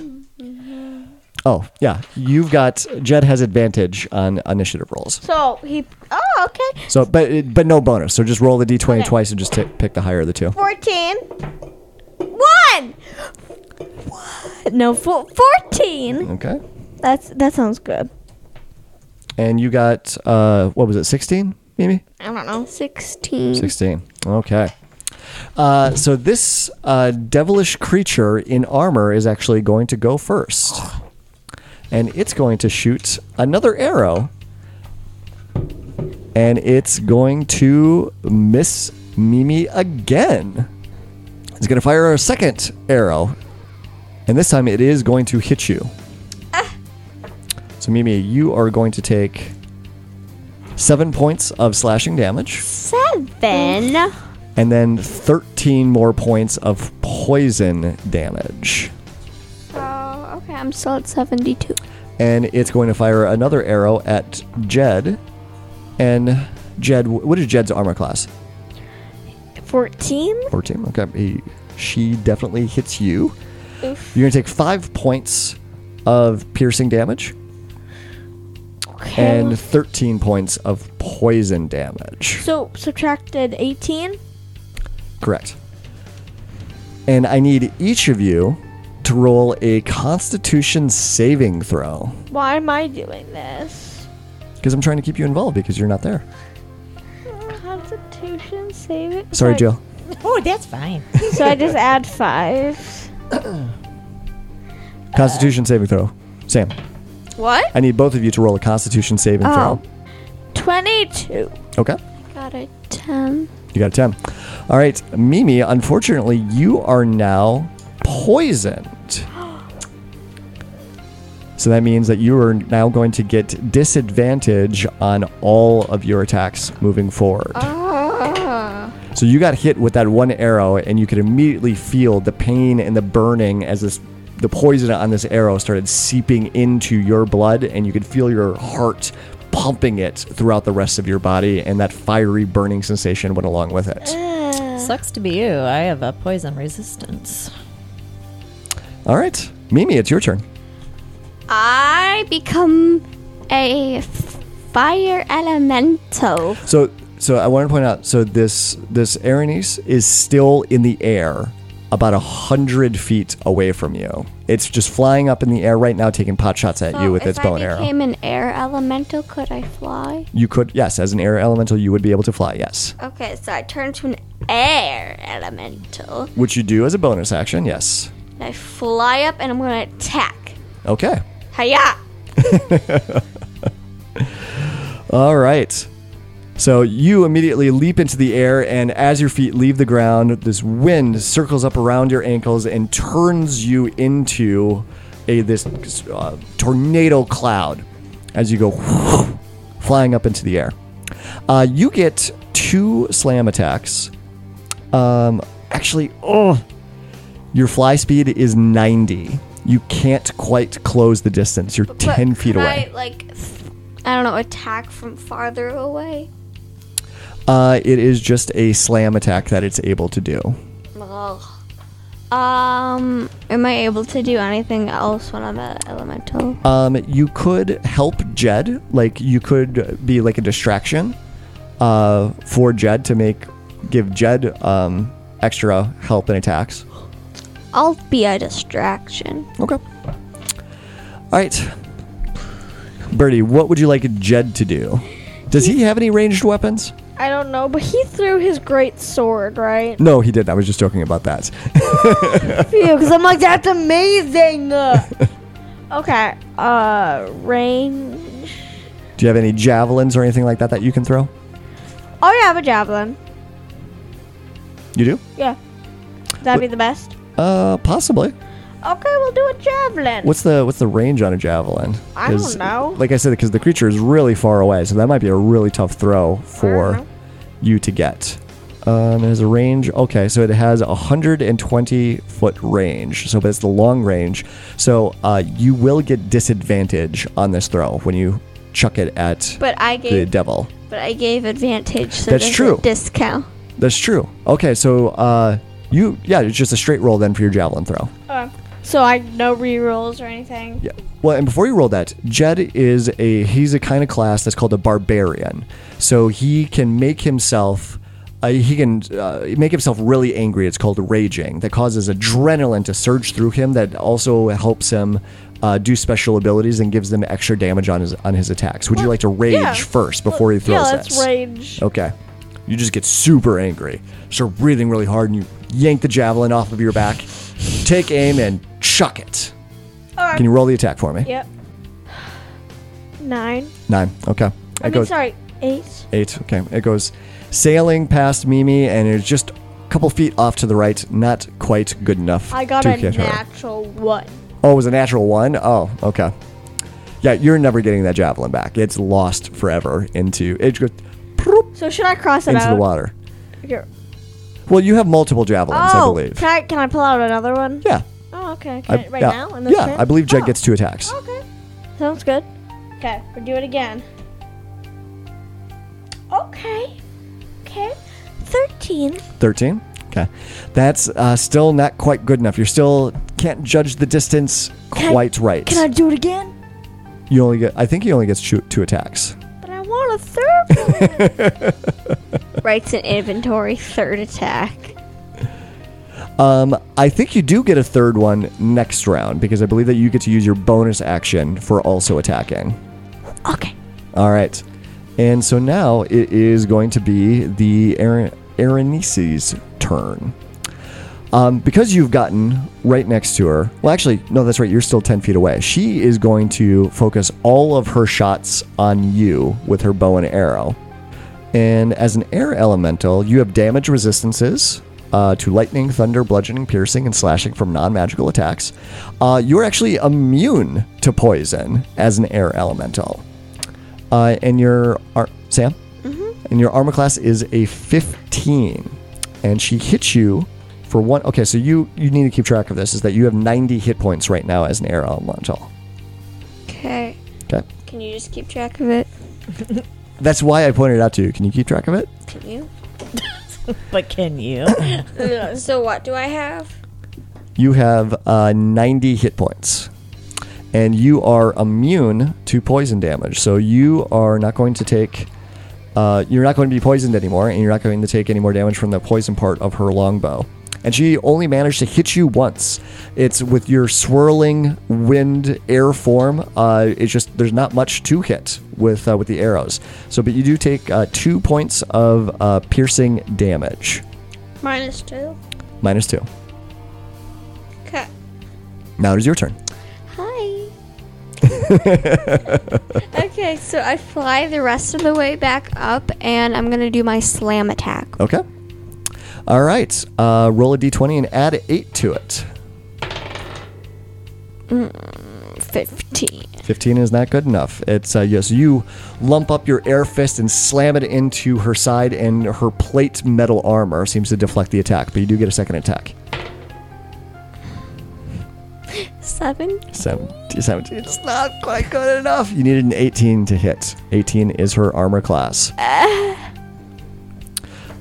Oh yeah, you've got Jed has advantage on initiative rolls.
So he. Oh, okay.
So, but it- but no bonus. So just roll the d20 twice and just t- pick the higher of the two.
Fourteen. One. One. No, four, fourteen.
Okay.
That's that sounds good.
And you got uh, what was it? 16, maybe.
I don't know.
Sixteen.
16. Okay. Uh, so this uh, devilish creature in armor is actually going to go first. And it's going to shoot another arrow. And it's going to miss Mimi again. It's going to fire a second arrow. And this time it is going to hit you. So, Mimi, you are going to take seven points of slashing damage
Seven.
and then 13 more points of poison damage.
Oh, okay. I'm still at seventy-two.
And it's going to fire another arrow at Jed. And Jed, what is Jed's armor class?
Fourteen.
14. Okay. He, she definitely hits you. You're going to take five points of piercing damage and 13 points of poison damage.
So subtracted eighteen.
Correct. And I need each of you to roll a constitution saving throw.
Why am I doing this?
Because I'm trying to keep you involved because you're not there.
Constitution save it.
Sorry,
Right.
Jill.
Oh, that's fine.
So I just add five.
Constitution saving throw. Sam,
Uh, What?
I need both of you to roll a Constitution saving
Oh. Twenty-two.
throw. Okay.
Got a ten.
You got a 10. All right, Mimi, unfortunately, you are now poisoned. So that means that you are now going to get disadvantage on all of your attacks moving forward. So you got hit with that one arrow, and you could immediately feel the pain and the burning as this. The poison on this arrow started seeping into your blood, and you could feel your heart pumping it throughout the rest of your body, and that fiery burning sensation went along with it.
Sucks to be you. I have a poison resistance.
All right, Mimi, it's your turn.
I become a f- fire elemental.
So, so I want to point out. So this this Aranis is still in the air, about a hundred feet away from you. It's just flying up in the air right now, taking pot shots at you with
if
its bow and
I
arrow.
became an air elemental, could I fly?
You could, yes, as an air elemental, you would be able to fly, yes.
Okay, so I turn to an air elemental.
Which you do as a bonus action, yes.
And I fly up and I'm going to attack.
Okay.
Hiya!
All right. So you immediately leap into the air, and as your feet leave the ground, this wind circles up around your ankles and turns you into a this uh, tornado cloud as you go flying up into the air. Uh, you get two slam attacks. Um, actually, oh, your fly speed is ninety. You can't quite close the distance. You're
But
ten feet
can
away.
I, like, th- I don't know, attack from farther away?
Uh, it is just a slam attack that it's able to do.
Ugh. Um, am I able to do anything else when I'm at elemental?
Um, you could help Jed, like you could be like a distraction uh, for Jed to make give Jed um, extra help and attacks.
I'll be a distraction.
Okay. All right, Birdie, what would you like Jed to do? Does he have any ranged weapons?
I don't know, but he threw his great sword, right?
No, he didn't. I was just joking about that.
Because I'm like, that's amazing. okay. Uh, range.
Do you have any javelins or anything like that that you can throw?
Oh, yeah, I have a javelin.
You do?
Yeah. That'd be the best.
Uh, possibly.
Okay, we'll do a javelin.
What's the what's the range on a javelin?
I don't
'Cause,
know.
Like I said, because the creature is really far away, so that might be a really tough throw for
know.
you to get. Um, it has a range. Okay, so it has a hundred and twenty foot range. So, but it's the long range. So uh, you will get disadvantage on this throw when you chuck it at
But I
the
gave,
devil.
but I gave advantage. So
That's
there's a
true.
discount.
That's true. Okay, so uh, you yeah, it's just a straight roll then for your javelin throw.
Uh, so I no rerolls or anything.
Yeah. Well, and before you roll that, Jed is a he's a kind of class that's called a barbarian. So he can make himself uh, he can uh, make himself really angry. It's called raging. That causes adrenaline to surge through him. That also helps him uh, do special abilities and gives them extra damage on his on his attacks. Would you like to rage
yeah.
first before he
Yeah,
throws
let's
this?
rage.
Okay. You just get super angry, start breathing really hard, and you yank the javelin off of your back, take aim, and chuck it. Can you roll the attack for me?
Yep. Nine.
Nine. Okay. It
I mean,
goes
sorry, eight.
eight. Okay. It goes sailing past Mimi, and it's just a couple feet off to the right. Not quite good enough
I got
to
a
hit her.
natural one.
Oh, it was a natural one. Oh, okay. Yeah, you're never getting that javelin back. It's lost forever into it goes proop,
So should I cross it
into the
out?
water.
Here.
Well, you have multiple javelins, I
Oh,
believe.
can I can I pull out another one?
yeah.
Oh, okay. Can
I,
I- right
yeah.
now in this
yeah,
turn?
I believe Jed
Oh,
gets two attacks.
Okay, sounds good. Okay, we'll do it again. Okay, okay.
Thirteen.
13 okay that's uh, still not quite good enough you're still can't judge the distance quite right
Can I do it again?
you only get i think he only gets two, two attacks
But I want a third. one.
Writes an inventory. Third attack.
um, i think you do get a third one next round because i believe that you get to use your bonus action for also attacking
Okay.
all right and so now it is going to be the Aaron- Aranice's turn Um, because you've gotten right next to her, well, actually, no, that's right. You're still 10 feet away. She is going to focus all of her shots on you with her bow and arrow. And as an air elemental, you have damage resistances uh, to lightning, thunder, bludgeoning, piercing, and slashing from non magical attacks. Uh, you're actually immune to poison as an air elemental. Uh, and your. Ar- Sam? and your armor class is a 15 and she hits you for one okay so you you need to keep track of this is that you have 90 hit points right now as an air elemental
Okay.
okay
Can you just keep track of it?
that's why i pointed it out to you can you keep track of it
Can you?
But can you?
So what do I have?
you have uh, 90 hit points and you are immune to poison damage so you are not going to take uh, you're not going to be poisoned anymore and you're not going to take any more damage from the poison part of her longbow and she only managed to hit you once it's with your swirling wind air form uh, it's just there's not much to hit with uh, with the arrows so but you do take uh, two points of uh, piercing damage
Minus two.
Minus two.
Okay.
Now it is your turn.
Hi. okay, so I fly the rest of the way back up, and I'm gonna do my slam attack.
Okay. All right. Uh, roll a d20 and add eight to it.
15.
15 is not good enough. It's uh, yes, you lump up your air fist and slam it into her side, and her plate metal armor seems to deflect the attack, but you do get a second attack.
7.
Seven- 17. It's not quite good enough. You needed an 18 to hit. 18 is her armor class.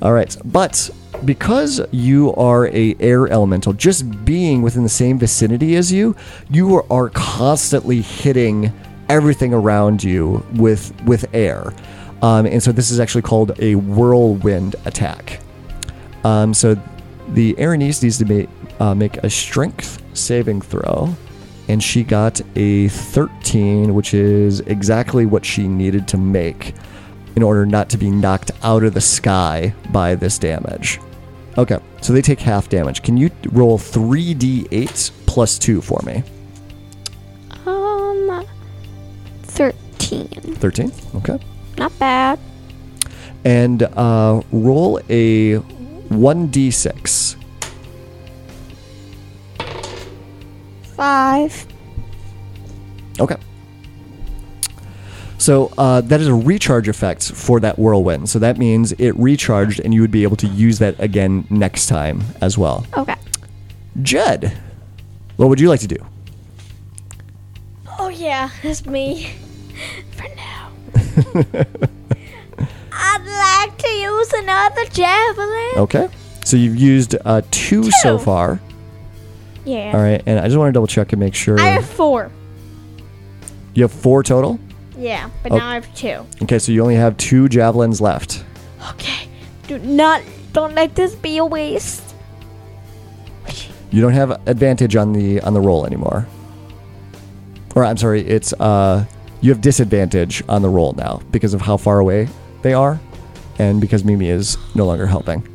All right, but because you are a air elemental, just being within the same vicinity as you, you are- are constantly hitting everything around you with with air, um, and so this is actually called a whirlwind attack. Um, so the Aranese needs to make, uh, make a strength saving throw, and she got a 13, which is exactly what she needed to make in order not to be knocked out of the sky by this damage. Okay, so they take half damage. Can you roll 3d8 plus 2 for me?
Um, 13.
13? Okay.
Not bad.
And uh, roll a 1d6.
5.
Okay. So uh, that is a recharge effect for that whirlwind. So that means it recharged, and you would be able to use that again next time as well.
Okay.
Jed, what would you like to do?
Oh, yeah, that's me. For now. I'd like to use another javelin.
Okay. So you've used uh, two, so
Two.
far.
Yeah.
All right, and I just want to double check and make sure
I have 4.
you have four total.
Yeah, but
Oh.
now I have 2.
Okay, so you only have two javelins left.
Okay. Do not, don't let this be a waste.
You don't have advantage on the on the roll anymore. Or I'm sorry, it's uh you have disadvantage on the roll now because of how far away they are and because Mimi is no longer helping.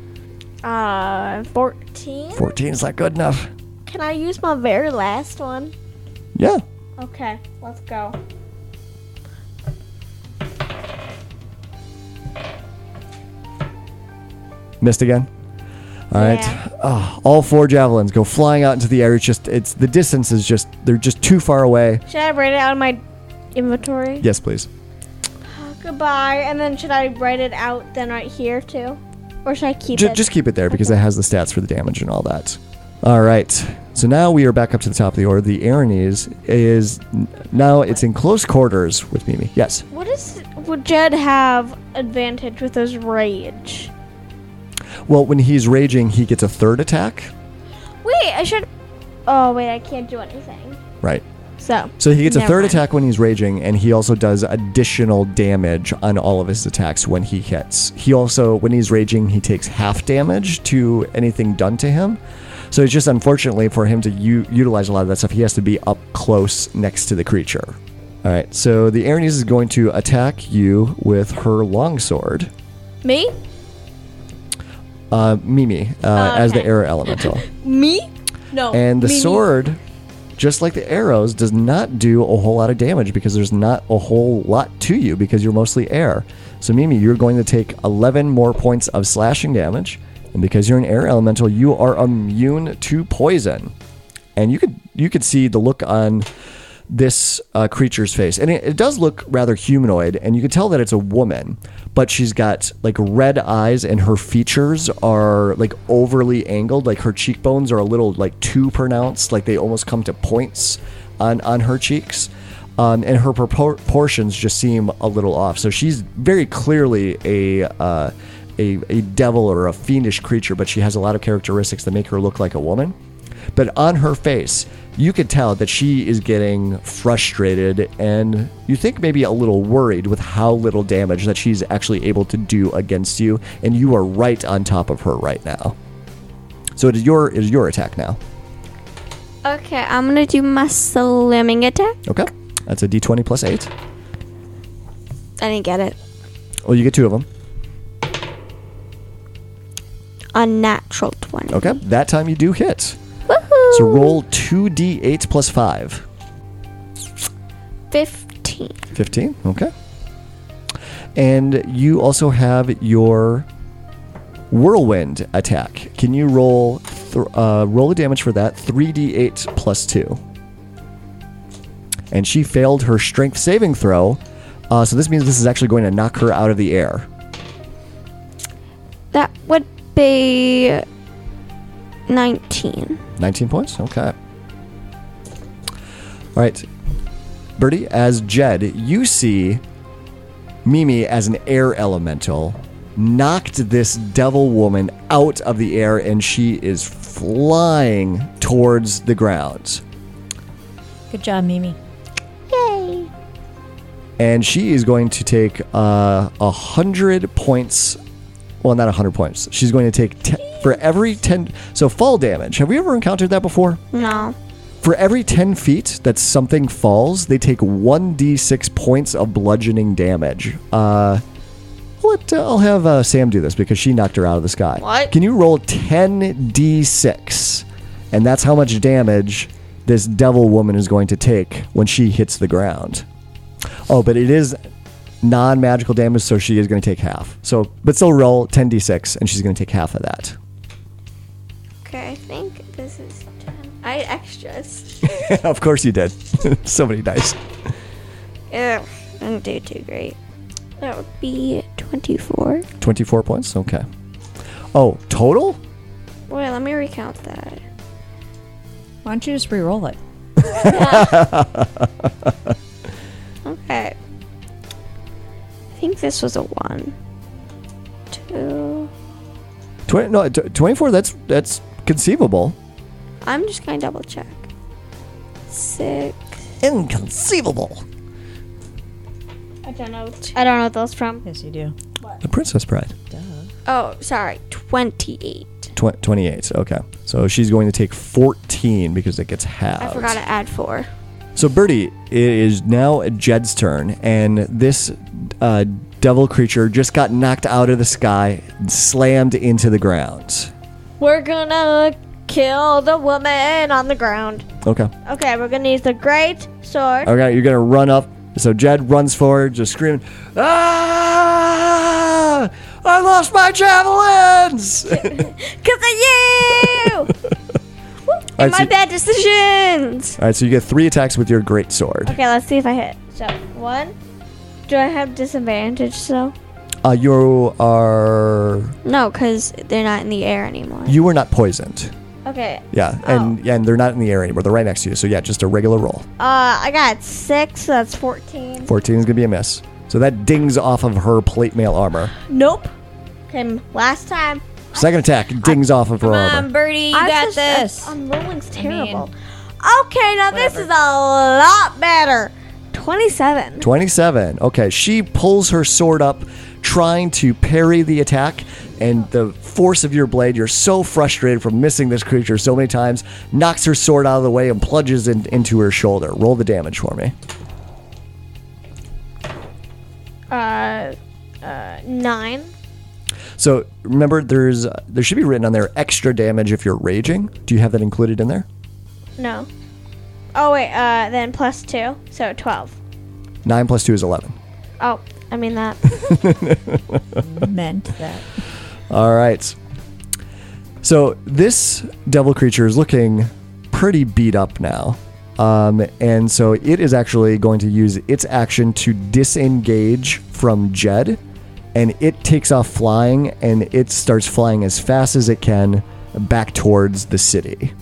Uh, 14.
14 is not good enough.
Can I use my very last one?
Yeah.
Okay, let's go.
Missed again. All right.
Yeah.
Ah, all four javelins go flying out into the air. It's just it's the distance is just they're just too far away.
Should I write it out of my inventory?
Yes, please.
Goodbye. And then should I write it out then right here too? Or should I keep
Ju-
it?
just keep it there because it has the stats for the damage and all that. All right. So now we are back up to the top of the order. The Aranese is now it's in close quarters with Mimi. Yes.
What is. Would Jed have advantage with his rage?
Well, when he's raging, he gets a third attack.
Wait, I should. Oh, wait, I can't do anything.
Right.
So.
So he gets a
Never
third
mind.
attack when he's raging, and he also does additional damage on all of his attacks when he hits. He also, when he's raging, he takes half damage to anything done to him. So it's just unfortunately for him to u- utilize a lot of that stuff, he has to be up close next to the creature. All right, so the Aranese is going to attack you with her longsword,
Me?
uh, Mimi, uh, as the
Oh, okay.
air elemental.
Me? No.
And the
me, me.
sword, just like the arrows, does not do a whole lot of damage because there's not a whole lot to you because you're mostly air. So, Mimi, you're going to take 11 more points of slashing damage. And because you're an air elemental, you are immune to poison. And you could you could see the look on this uh, creature's face, and it, it does look rather humanoid, and you can tell that it's a woman, but she's got like red eyes, and her features are like overly angled, like her cheekbones are a little like too pronounced, like they almost come to points on on her cheeks, um, and her propor- proportions just seem a little off. So she's very clearly a. Uh, a, a devil or a fiendish creature, but she has a lot of characteristics that make her look like a woman but on her face, you could tell that she is getting frustrated and you think maybe a little worried with how little damage that she's actually able to do against you, and you are right on top of her right now. So it is your it is your attack now.
Okay, I'm gonna do my slamming attack.
Okay. That's a D twenty plus eight.
I didn't get it.
Oh, Well you get two of them.
unnatural 20.
Okay, that time you do hit. So roll 2d8 plus 5.
15.
15, okay. And you also have your whirlwind attack. Can you roll th- uh, roll a damage for that? 3d8 plus 2. And she failed her strength saving throw. Uh, so this means this is actually going to knock her out of the air.
That would be 19.
19 points? Okay. All right. Birdie, as Jed, you see Mimi as an air elemental knocked this devil woman out of the air and she is flying towards the ground.
Good job, Mimi.
And she is going to take uh, 100 points. Well, not 100 points. She's going to take 10, for every 10. So, fall damage. Have we ever encountered that before?
No.
For every 10 feet that something falls, they take 1d6 points of bludgeoning damage. Uh, let, uh, I'll have uh, Sam do this because she knocked her out of the sky. What? Can you roll 10d6? And that's how much damage this devil woman is going to take when she hits the ground. Oh, but it is non magical damage, so she is going to take half. So, But still roll 10d6, and she's going to take half of that.
Okay, I think this is 10. I extras.
of course you did. so many dice.
Ew, didn't Oh, do too great. That would be 24.
24 points? Okay. Oh, total?
Wait, let me recount that.
Why don't you just re-roll it?
Okay. I think this was a 1. 2.
20, no, t- 24, that's that's conceivable.
I'm just gonna double check. 6.
Inconceivable.
I don't know. I don't know what those from.
Yes, you do.
The Princess Bride.
Oh, sorry. 28.
Tw- 28, okay. So she's going to take 14 because it gets halved.
I forgot to add 4.
So, Birdie, it is now Jed's turn, and this uh, devil creature just got knocked out of the sky and slammed into the ground.
We're gonna kill the woman on the ground.
Okay.
Okay, we're gonna use the great sword.
Okay, you're gonna run up. So Jed runs forward, just screaming, "Ah! I lost my javelins!"
Cause of you!
All right, so,
Bad decisions!
all right, so you get three attacks with your great sword.
okay, let's see if I hit. So, one. Do I have disadvantage, so?
Uh, you are
No, because they're not in the air anymore.
you were not poisoned.
Okay,
Yeah, and yeah, and they're not in the air anymore. They're right next to you. So yeah, just a regular roll.
uh, I got six, so that's 14.
Fourteen is gonna be a miss. So that dings off of her plate mail armor.
Nope. Okay, last time.
Second attack dings off of her
Come on,
armor.
Birdie, you
I
got
just- uh,
this.
I'm rolling's terrible. okay, now this is a lot better. 27.
27. Okay, she pulls her sword up, trying to parry the attack, and the force of your blade, you're so frustrated from missing this creature so many times, knocks her sword out of the way and plunges in, into her shoulder. Roll the damage for me.
Nine.
So remember, there's uh, there should be written on there extra damage if you're raging. Do you have that included in there?
No. Oh, wait, uh, then plus two, so 12.
Nine plus two is eleven.
Oh, I mean that.
Meant that.
All right. So this devil creature is looking pretty beat up now. Um, and so it is actually going to use its action to disengage from Jed. And it takes off flying and it starts flying as fast as it can back towards the city.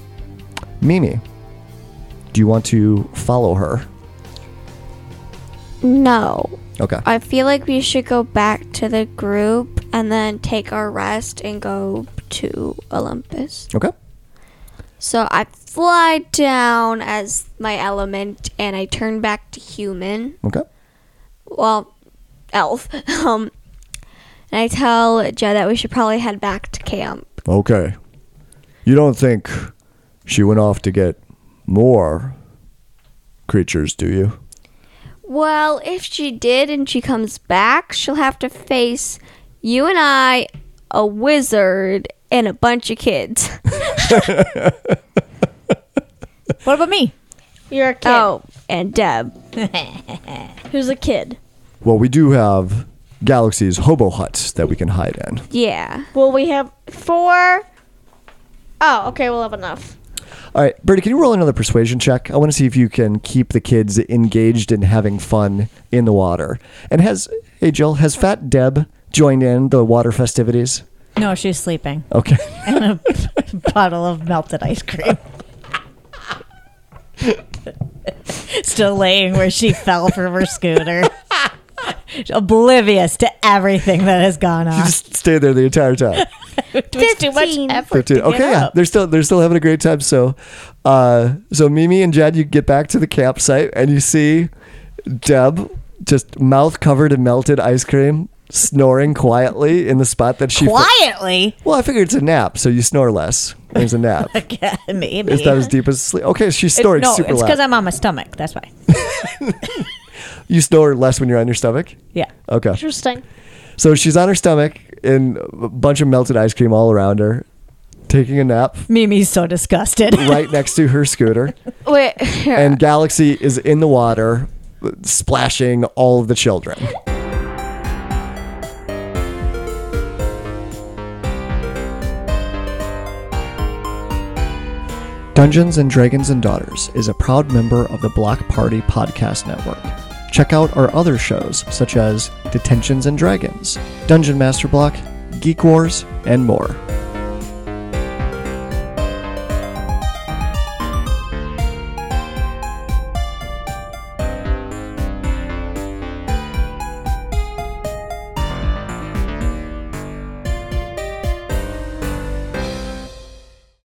Mimi, do you want to follow her?
No.
Okay.
I feel like we should go back to the group and then take our rest and go to Olympus.
Okay.
So I fly down as my element and I turn back to human.
Okay.
Well, elf. Um, and I tell Jed that we should probably head back to camp.
Okay. You don't think she went off to get more creatures, do you?
Well, if she did and she comes back, she'll have to face you and I,
a wizard, and a bunch of kids.
What about me?
You're a kid
Oh, and Deb.
who's a kid.
Well, we do have Galaxy's hobo hut that we can hide in.
Yeah.
Well, we have four. Oh, okay, we'll have enough.
All right, Bertie, can you roll another persuasion check? I want to see if you can keep the kids engaged and having fun in the water. And has, hey, Jill, has Fat Deb joined in the water festivities?
No, she's sleeping.
Okay.
And a bottle of melted ice cream. Still laying where she fell from her scooter. Oblivious to everything that has gone on.
Just stay there the entire time.
It was too much effort.
Fifteen.
to get
Okay, yeah,
up.
they're still they're still having a great time. So, uh, so Mimi and Jad, you get back to the campsite and you see Deb just mouth covered in melted ice cream, snoring quietly in the spot that she. fi-
Quietly.
well, I figure it's a nap, so you snore less. There's a nap.
Yeah, maybe.
It's not as deep as sleep. Okay, she's
It-
snoring
no,
super
it's
loud.
because I'm on my stomach. That's why.
you snore less when you're on your stomach.
Yeah.
Okay.
Interesting.
So she's on her stomach and a bunch of melted ice cream all around her, taking a nap
Mimi's so disgusted.
right next to her scooter.
Wait.
and Galaxy is in the water, splashing all of the children. Dungeons and Dragons and Daughters is a proud member of the Block Party Podcast Network. Check out our other shows such as Detentions and Dragons, Dungeon Master Block, Geek Wars, and more.